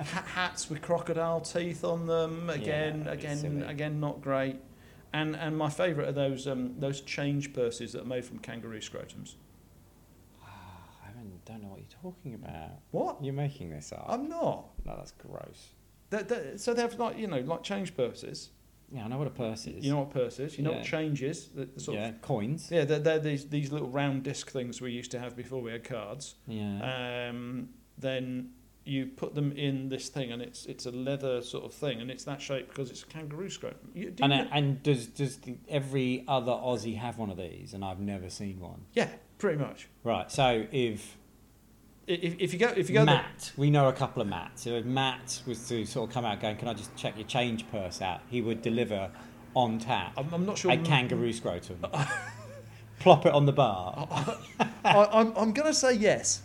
Speaker 2: ha- hats with crocodile teeth on them. Again,
Speaker 1: Yeah,
Speaker 2: again,
Speaker 1: silly.
Speaker 2: again, not great. And and my favourite are those um, those change purses that are made from kangaroo scrotums.
Speaker 1: Ah, I haven't- don't know what you're talking about.
Speaker 2: What?
Speaker 1: You're making this up.
Speaker 2: I'm not.
Speaker 1: no, that's gross.
Speaker 2: They're, they're, so they have like you know like change purses.
Speaker 1: Yeah, I know what a purse is.
Speaker 2: You know what purse is? You know
Speaker 1: Yeah.
Speaker 2: what change is? The, the sort
Speaker 1: yeah,
Speaker 2: of,
Speaker 1: coins.
Speaker 2: yeah they're, they're these, these Uh, little round disc things we used to have before we had cards.
Speaker 1: Yeah.
Speaker 2: Um, then you put them in this thing, and it's it's a leather sort of thing, and it's that shape because it's a kangaroo scrotum. You, do
Speaker 1: And
Speaker 2: you
Speaker 1: it- and does does the, every other Aussie have one of these? And I've never seen one.
Speaker 2: yeah, pretty much.
Speaker 1: Right. So if
Speaker 2: I- If, if you go, if you go, the-
Speaker 1: Matt, we know a couple of Matts. So if Matt was to sort of come out going, "Can I just check your change purse out?" He would deliver on tap
Speaker 2: I'm, I'm not sure.
Speaker 1: a kangaroo scrotum, plop it on the bar.
Speaker 2: I, I'm, I'm going to say yes.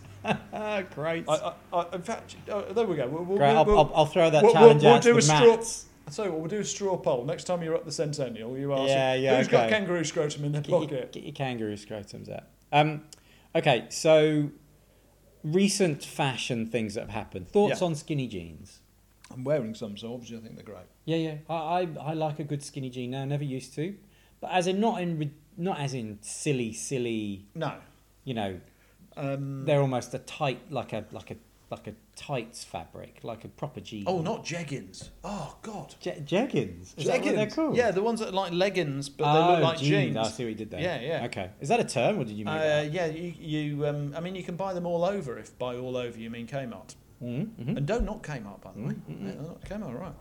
Speaker 1: Great.
Speaker 2: I, I, Ah, I, in fact, uh, there we go. We'll, we'll,
Speaker 1: Great. I'll,
Speaker 2: we'll-
Speaker 1: I'll, I'll throw that
Speaker 2: we'll- we'll-
Speaker 1: challenge
Speaker 2: we'll
Speaker 1: out
Speaker 2: do
Speaker 1: to
Speaker 2: a
Speaker 1: the
Speaker 2: straw-
Speaker 1: Matts.
Speaker 2: So we'll do a straw poll next time you're up the centennial. You ask,
Speaker 1: Yeah, yeah,
Speaker 2: who's got
Speaker 1: okay.
Speaker 2: kangaroo scrotum in their
Speaker 1: Get your,
Speaker 2: pocket?
Speaker 1: get your kangaroo scrotums out. Um, okay, so recent fashion things that have happened. Thoughts
Speaker 2: Yeah.
Speaker 1: on skinny jeans?
Speaker 2: I'm wearing some, so obviously I think they're great.
Speaker 1: Yeah, yeah. I, I, I like a good skinny jean now. Never used to, but as in not in rid- not as in silly, silly.
Speaker 2: No,
Speaker 1: You know,
Speaker 2: um,
Speaker 1: they're almost a tight like a like a like a tights fabric, like a proper jean.
Speaker 2: oh, not jeggings. Oh God,
Speaker 1: Je- jeggings. Is that what they're called?
Speaker 2: Yeah, the ones that are like leggings, but
Speaker 1: oh,
Speaker 2: they look like
Speaker 1: jeans.
Speaker 2: jeans.
Speaker 1: I see what you did there.
Speaker 2: Yeah, yeah.
Speaker 1: Okay. Is that a term, or did you make
Speaker 2: Uh,
Speaker 1: that?
Speaker 2: yeah, you, you um, I mean, you can buy them all over. If by all over you mean Kmart,
Speaker 1: Mm-hmm.
Speaker 2: and don't not Kmart by the way.
Speaker 1: Mm, mm,
Speaker 2: Yeah, not Kmart, right?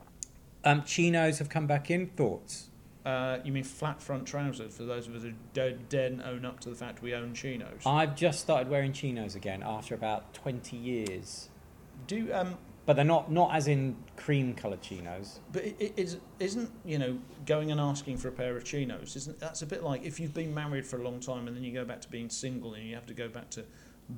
Speaker 1: Um, chinos have come back in. Thoughts?
Speaker 2: Uh, you mean flat front trousers for those of us who don't den own up to the fact we own chinos.
Speaker 1: I've just started wearing chinos again after about twenty years,
Speaker 2: Do um,
Speaker 1: but they're not not as in cream coloured chinos.
Speaker 2: but it, it is isn't you know going and asking for a pair of chinos isn't that's a bit like if you've been married for a long time and then you go back to being single and you have to go back to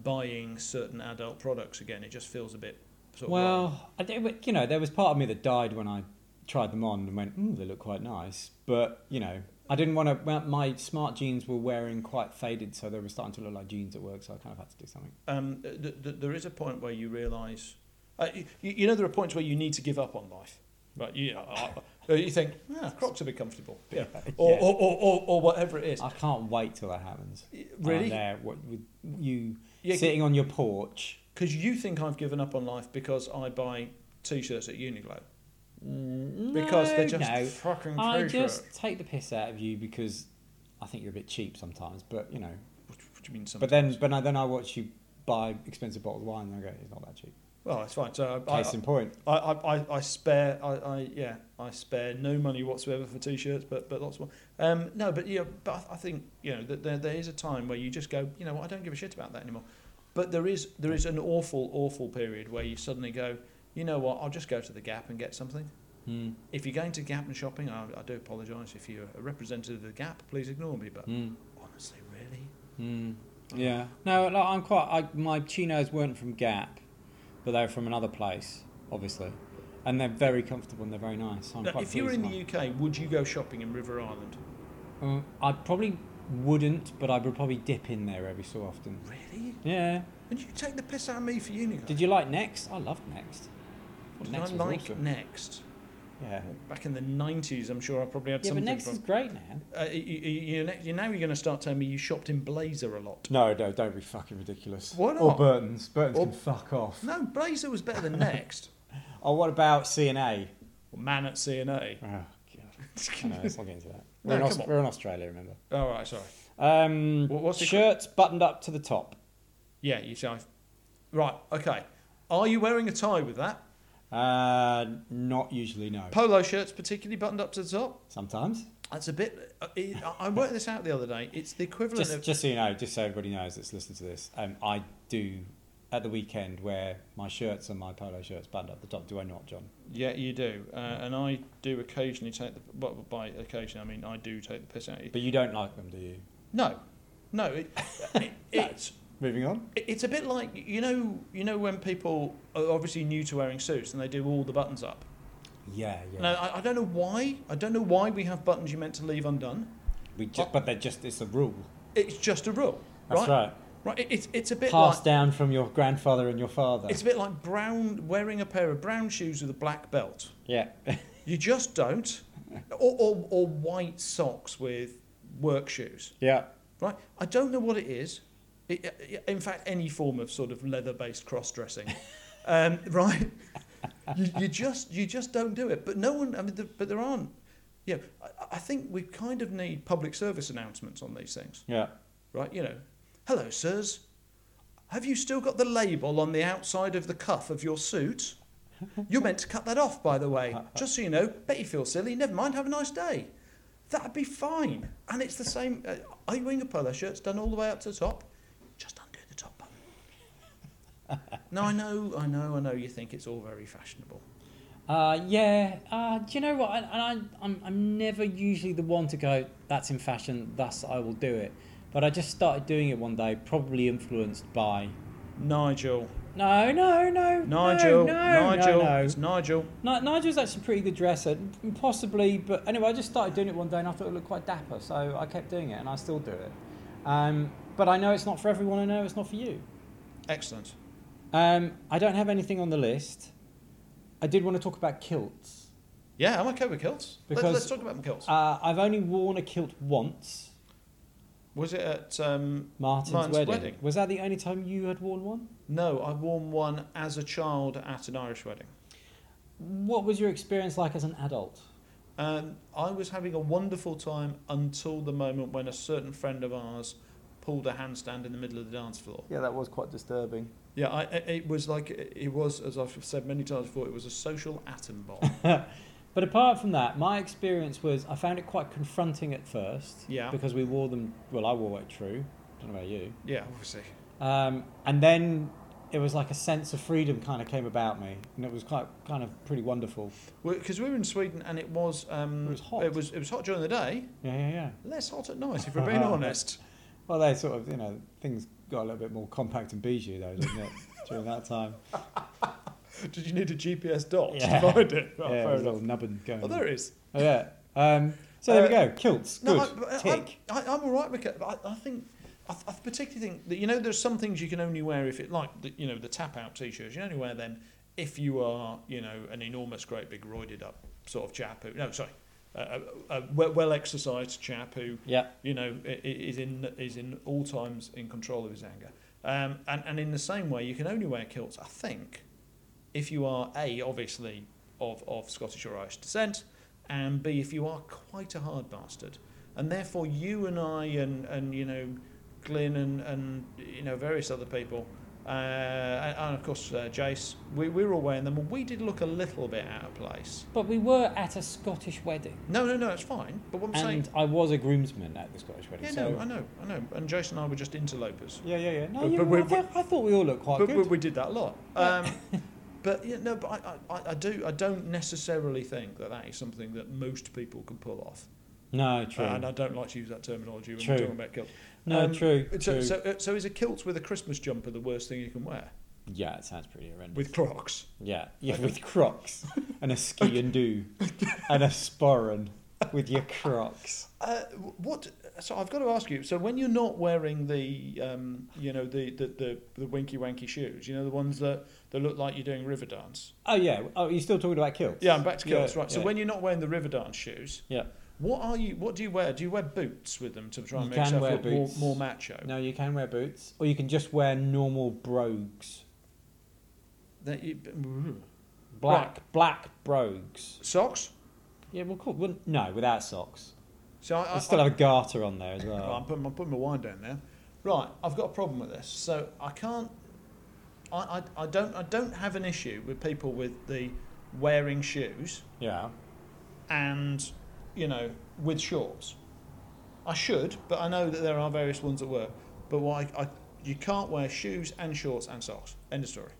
Speaker 2: buying certain adult products again. It just feels a bit sort of wrong.
Speaker 1: Well, I did, but, you know, there was part of me that died when I tried them on and went, mm, they look quite nice. But, you know, I didn't want to, well, my smart jeans were wearing quite faded, so they were starting to look like jeans at work, so I kind of had to do something.
Speaker 2: um, th- th- there is a point where you realise, uh, you, you know, there are points where you need to give up on life, right? You, uh, uh, you think, ah, Crocs are a bit comfortable, yeah, or,
Speaker 1: Yeah.
Speaker 2: Or, or, or, or whatever it is.
Speaker 1: I can't wait till that happens. And I'm
Speaker 2: really?
Speaker 1: there, what, with you
Speaker 2: Yeah,
Speaker 1: sitting on your porch.
Speaker 2: because you think I've given up on life because I buy t-shirts at Uniqlo
Speaker 1: Mm,
Speaker 2: because
Speaker 1: no,
Speaker 2: they're just
Speaker 1: no.
Speaker 2: fucking
Speaker 1: I
Speaker 2: t-shirts.
Speaker 1: just take the piss out of you because I think you're a bit cheap sometimes, but, you know.
Speaker 2: What, what do you mean?
Speaker 1: But
Speaker 2: Sometimes?
Speaker 1: then, but I- then I watch you buy expensive bottles of wine and I go, it's not that cheap.
Speaker 2: well, that's fine. So I, I,
Speaker 1: Case in point.
Speaker 2: I, I, I, I spare, I, I, yeah, I spare no money whatsoever for t-shirts, but but lots more. Um, no, but yeah, but I- I think you know that there, there is a time where you just go, you know, what, I don't give a shit about that anymore. But there is there is an awful awful period where you suddenly go, you know what, I'll just go to the Gap and get something.
Speaker 1: Mm,
Speaker 2: If you're going to Gap and shopping, I, I do apologise if you're a representative of the Gap, please ignore me. But
Speaker 1: mm.
Speaker 2: honestly, really,
Speaker 1: Mm, yeah. No, like, I'm quite. I, my chinos weren't from Gap, but they were from another place, obviously, and they're very comfortable and they're very nice. So I'm
Speaker 2: Now,
Speaker 1: quite
Speaker 2: if you were in
Speaker 1: pleased
Speaker 2: the UK, would you go shopping in River Island?
Speaker 1: with mine. Uh, I probably wouldn't, but I would probably dip in there every so often.
Speaker 2: Really?
Speaker 1: Yeah.
Speaker 2: And you take the piss out of me for Uniqlo?
Speaker 1: Did you like Next? I loved Next.
Speaker 2: What did
Speaker 1: Next
Speaker 2: I
Speaker 1: was
Speaker 2: like
Speaker 1: awesome.
Speaker 2: next?
Speaker 1: Yeah.
Speaker 2: Back in the nineties, I'm sure I probably had
Speaker 1: Yeah, but
Speaker 2: something
Speaker 1: Next
Speaker 2: from.
Speaker 1: is great now.
Speaker 2: Uh, you, you, you, you- now you're going to start telling me you shopped in Blazer a lot.
Speaker 1: No, no, don't be fucking ridiculous.
Speaker 2: Why
Speaker 1: Or
Speaker 2: not?
Speaker 1: Burton's. Burton's
Speaker 2: Or-
Speaker 1: can fuck off.
Speaker 2: No, Blazer was better than Next.
Speaker 1: Oh, what about C and A?
Speaker 2: Well, Man at C and A.
Speaker 1: Oh god. No, let's not get into that. We're,
Speaker 2: No,
Speaker 1: in,
Speaker 2: come
Speaker 1: Aus-
Speaker 2: on.
Speaker 1: we're in Australia, remember?
Speaker 2: All right, sorry.
Speaker 1: Um,
Speaker 2: What- what's the-
Speaker 1: shirts buttoned up to the top.
Speaker 2: Yeah, you say. Right, okay. Are you wearing a tie with that?
Speaker 1: Uh, not usually, no.
Speaker 2: Polo shirts, particularly buttoned up to the top.
Speaker 1: Sometimes.
Speaker 2: That's a bit. uh, it- I I worked this out the other day. It's the equivalent
Speaker 1: Just,
Speaker 2: of.
Speaker 1: just so you know, just so everybody knows that's listening to this, um, I do at the weekend wear my shirts and my polo shirts buttoned up the top. Do I not, John?
Speaker 2: Yeah, you do, uh, and I do occasionally take the. Well, by occasionally, I mean I do take the piss out of you.
Speaker 1: But you don't like them, do you?
Speaker 2: No, no. It, it, it's
Speaker 1: Moving on.
Speaker 2: It- It's a bit like you know, you know when people are obviously new to wearing suits and they do all the buttons up.
Speaker 1: Yeah, yeah.
Speaker 2: Now I, I don't know why. I don't know why we have buttons you're meant to leave undone.
Speaker 1: we just, but they're just it's a rule.
Speaker 2: It's just a rule,
Speaker 1: That's
Speaker 2: right?
Speaker 1: right.
Speaker 2: Right. it- It's it's a bit
Speaker 1: Passed
Speaker 2: like
Speaker 1: down from your grandfather and your father.
Speaker 2: it's a bit like brown wearing a pair of brown shoes with a black belt.
Speaker 1: Yeah.
Speaker 2: You just don't, or or, or white socks with work shoes.
Speaker 1: yeah.
Speaker 2: right? I don't know what it is. It, it- in fact, any form of sort of leather-based cross-dressing, um, right? You, you just you just don't do it. But no one. I mean, the, but there aren't. Yeah, I, I think we kind of need public service announcements on these things,
Speaker 1: Yeah.
Speaker 2: right? You know, hello, sirs. Have you still got the label on the outside of the cuff of your suit? You're meant to cut that off, by the way. Just so you know, bet you feel silly. Never mind, have a nice day. That'd be fine. And it's the same. Uh, I wearing a polo shirt's done all the way up to the top. Just undo the top button. no, I know, I know, I know you think it's all very fashionable.
Speaker 1: Uh, yeah. Uh, do you know what? And I, I'm, I'm never usually the one to go, that's in fashion, thus I will do it. But I just started doing it one day, probably influenced by.
Speaker 2: Nigel.
Speaker 1: No, no, no. No,
Speaker 2: Nigel.
Speaker 1: no,
Speaker 2: Nigel.
Speaker 1: No,
Speaker 2: It's Nigel.
Speaker 1: no. Ni- Nigel's actually a pretty good dresser, m- possibly, but anyway, I just started doing it one day and I thought it looked quite dapper, so I kept doing it and I still do it. Um, but I know it's not for everyone, I know it's not for you.
Speaker 2: Excellent.
Speaker 1: Um, I don't have anything on the list. I did want to talk about kilts.
Speaker 2: Yeah, I'm okay with kilts. Let,
Speaker 1: Because-
Speaker 2: let's talk about kilts.
Speaker 1: Uh, I've only worn a kilt once,
Speaker 2: Was it at um,
Speaker 1: Martin's,
Speaker 2: Martin's
Speaker 1: wedding.
Speaker 2: wedding.
Speaker 1: Was that the only time you had worn one?
Speaker 2: No, I wore one as a child at an Irish wedding.
Speaker 1: What was your experience like as an adult?
Speaker 2: Um, I was having a wonderful time until the moment when a certain friend of ours pulled a handstand in the middle of the dance floor.
Speaker 1: Yeah, that was quite disturbing.
Speaker 2: Yeah, I, I- it was like it was, as I've said many times before, it was a social atom bomb.
Speaker 1: But apart from that, my experience was I found it quite confronting at first.
Speaker 2: Yeah.
Speaker 1: Because we wore them, well, I wore it true. Don't know about you.
Speaker 2: yeah, obviously.
Speaker 1: Um, and then it was like a sense of freedom kind of came about me, and it was quite kind of pretty wonderful.
Speaker 2: Because we were in Sweden and it was um,
Speaker 1: It was hot.
Speaker 2: It was it was hot during the day,
Speaker 1: Yeah, yeah, yeah.
Speaker 2: less hot at night. If we're being honest.
Speaker 1: Well, they sort of, you know, things got a little bit more compact and bijou, though, didn't it, during that time?
Speaker 2: Did you need a GPS dot
Speaker 1: Yeah.
Speaker 2: to find it? Right,
Speaker 1: yeah,
Speaker 2: Oh, fair
Speaker 1: it was a
Speaker 2: enough.
Speaker 1: little nubbin going.
Speaker 2: Oh, there it is.
Speaker 1: Oh, yeah. Um, so there we
Speaker 2: Uh,
Speaker 1: go. Kilts. Good.
Speaker 2: No, I, I,
Speaker 1: Tick.
Speaker 2: I, I'm all right with it. But I, I think I, I particularly think that you know there's some things you can only wear if it like the, you know the tap out t-shirts. You only wear them if you are you know an enormous, great, big, roided up sort of chap who no sorry. A, a, a well exercised chap who
Speaker 1: yeah.
Speaker 2: you know i- i- is in is in all times in control of his anger, um, and and in the same way you can only wear kilts I think, if you are a obviously of of Scottish or Irish descent, and b if you are quite a hard bastard, and therefore you and I and and you know, Glyn and and you know various other people. Uh, and, and of course, uh, Jace, we, we were all wearing them, and we did look a little bit out of place.
Speaker 1: But we were at a Scottish wedding.
Speaker 2: No, no, no, it's fine. But what I'm saying,
Speaker 1: And I was a groomsman at the Scottish wedding.
Speaker 2: Yeah,
Speaker 1: so
Speaker 2: no, I know, I know. And Jason and I were just interlopers.
Speaker 1: Yeah, yeah, yeah. No,
Speaker 2: But-
Speaker 1: you
Speaker 2: but
Speaker 1: were
Speaker 2: we-
Speaker 1: right. I, thought we all looked quite
Speaker 2: But,
Speaker 1: good.
Speaker 2: but we did that a lot. Um, but yeah, no, but I, I- I, I do I don't necessarily think that that is something that most people can pull off.
Speaker 1: no, true.
Speaker 2: And I don't like to use that terminology when
Speaker 1: True.
Speaker 2: we're talking about kilt.
Speaker 1: no,
Speaker 2: um,
Speaker 1: true.
Speaker 2: So,
Speaker 1: true.
Speaker 2: so, uh, so is a kilt with a Christmas jumper the worst thing you can wear?
Speaker 1: yeah, it sounds pretty horrendous.
Speaker 2: With Crocs.
Speaker 1: yeah, yeah, with Crocs and a ski and do and a sporran with your Crocs.
Speaker 2: Uh, w- what? So I've got to ask you. So when you're not wearing the, um, you know, the, the, the, the winky wanky shoes, you know, the ones that, that look like you're doing river dance.
Speaker 1: Oh yeah. Oh, you're still talking about kilts?
Speaker 2: Yeah, I'm back to kilts.
Speaker 1: Yeah,
Speaker 2: right. So
Speaker 1: yeah.
Speaker 2: when you're not wearing the river dance shoes,
Speaker 1: yeah.
Speaker 2: What are you? What do you wear? Do you wear boots with them to try and
Speaker 1: You
Speaker 2: make
Speaker 1: can
Speaker 2: yourself
Speaker 1: wear
Speaker 2: look more,
Speaker 1: boots.
Speaker 2: more macho?
Speaker 1: No, you can wear boots, or you can just wear normal brogues,
Speaker 2: That you-
Speaker 1: black black brogues.
Speaker 2: socks.
Speaker 1: Yeah, well, cool. Well, no, without socks.
Speaker 2: So I, I,
Speaker 1: You still
Speaker 2: Uh, I,
Speaker 1: have a garter on there as well.
Speaker 2: am putting, I'm putting my wine down there. Right, I've got a problem with this. So I can't. I, I, I don't I don't have an issue with people with the wearing shoes
Speaker 1: Yeah.
Speaker 2: and you know with shorts. I should, but I know that there are various ones that work. But why I, you can't wear shoes and shorts and socks. End of story.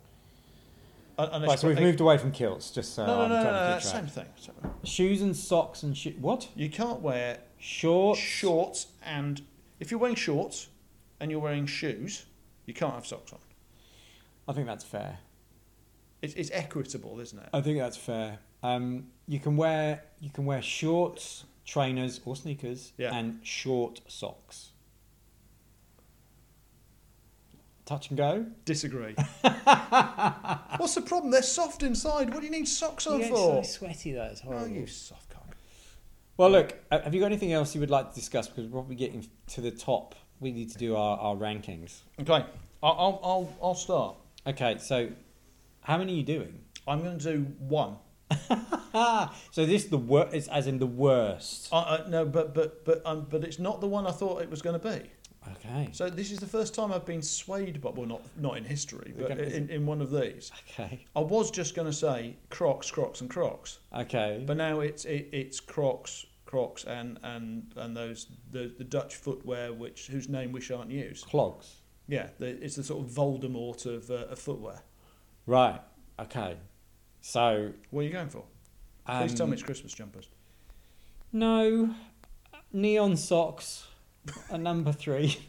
Speaker 2: Un- Unless
Speaker 1: Right, so
Speaker 2: you've
Speaker 1: we've
Speaker 2: got-
Speaker 1: moved away from kilts, just so
Speaker 2: No, no,
Speaker 1: I'm
Speaker 2: no, no,
Speaker 1: trying
Speaker 2: no,
Speaker 1: to keep
Speaker 2: same
Speaker 1: track.
Speaker 2: thing. So-
Speaker 1: Shoes and socks and sho- what?
Speaker 2: You can't wear
Speaker 1: Shorts.
Speaker 2: shorts and if you're wearing shorts and you're wearing shoes, you can't have socks on.
Speaker 1: I think that's fair.
Speaker 2: It's, it's equitable, isn't it?
Speaker 1: I think that's fair. Um, you can wear you can wear shorts, trainers or sneakers,
Speaker 2: Yeah.
Speaker 1: and short socks. Touch and go.
Speaker 2: Disagree. What's the problem? They're soft inside. What do you need socks on for?
Speaker 1: sweaty though. It's
Speaker 2: Oh, you soft cock.
Speaker 1: Well, look. uh, Have you got anything else you would like to discuss? Because we're probably getting to the top. We need to do our, our rankings.
Speaker 2: Okay, I'll, I'll, I'll, I'll start.
Speaker 1: Okay, so how many are you doing?
Speaker 2: I'm going to do one.
Speaker 1: Ah, so this is the worst, as in the worst.
Speaker 2: Uh, uh, no, but but but um, but it's not the one I thought it was going to be.
Speaker 1: Okay.
Speaker 2: So this is the first time I've been swayed by, well, not not in history,
Speaker 1: We're
Speaker 2: but
Speaker 1: gonna-
Speaker 2: in, in one of these.
Speaker 1: Okay.
Speaker 2: I was just going to say Crocs, Crocs, and Crocs,
Speaker 1: Okay.
Speaker 2: but now it's it, it's Crocs, Crocs, and and and those the, the Dutch footwear, which whose name we shan't use.
Speaker 1: clogs.
Speaker 2: Yeah, the, it's the sort of Voldemort of, uh, of footwear.
Speaker 1: Right. Okay. So
Speaker 2: What are you going for?
Speaker 1: um,
Speaker 2: Please tell me it's Christmas jumpers.
Speaker 1: No, neon socks are number three.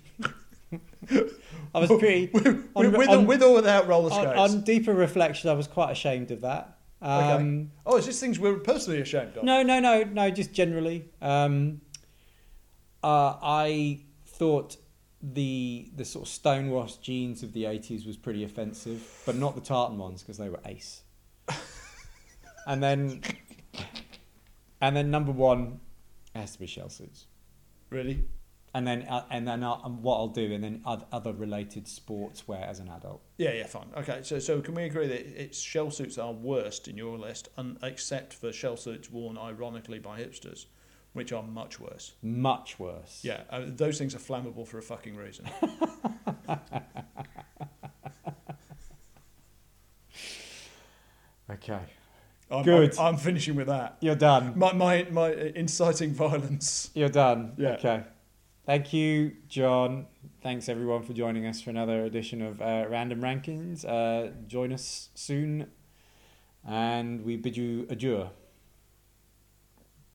Speaker 1: I was pretty.
Speaker 2: with,
Speaker 1: on-
Speaker 2: with,
Speaker 1: on-
Speaker 2: or, with or without roller
Speaker 1: On,
Speaker 2: skates.
Speaker 1: on deeper reflection, I was quite ashamed of that. Um,
Speaker 2: oh, it's just things we're personally ashamed of.
Speaker 1: No, no, no, no. Just generally, um, uh, I thought the the sort of stonewashed jeans of the eighties was pretty offensive, but not the tartan ones because they were ace. and then, and then number one has to be shell suits.
Speaker 2: Really?
Speaker 1: And then, uh, and then I'll, and what I'll do, and then oth- other related sports wear as an adult.
Speaker 2: Yeah, yeah, fine. Okay, so so can we agree that it's shell suits are worst in your list, un, except for shell suits worn ironically by hipsters, which are much worse.
Speaker 1: Much worse.
Speaker 2: Yeah, uh, those things are flammable for a fucking reason.
Speaker 1: Okay.
Speaker 2: I'm,
Speaker 1: Good.
Speaker 2: I'm, I'm finishing with that.
Speaker 1: You're done.
Speaker 2: My my my uh, inciting violence.
Speaker 1: You're done.
Speaker 2: Yeah.
Speaker 1: Okay. Thank you, John. Thanks everyone for joining us for another edition of uh, Random Rankings. Uh, join us soon, and we bid you adieu.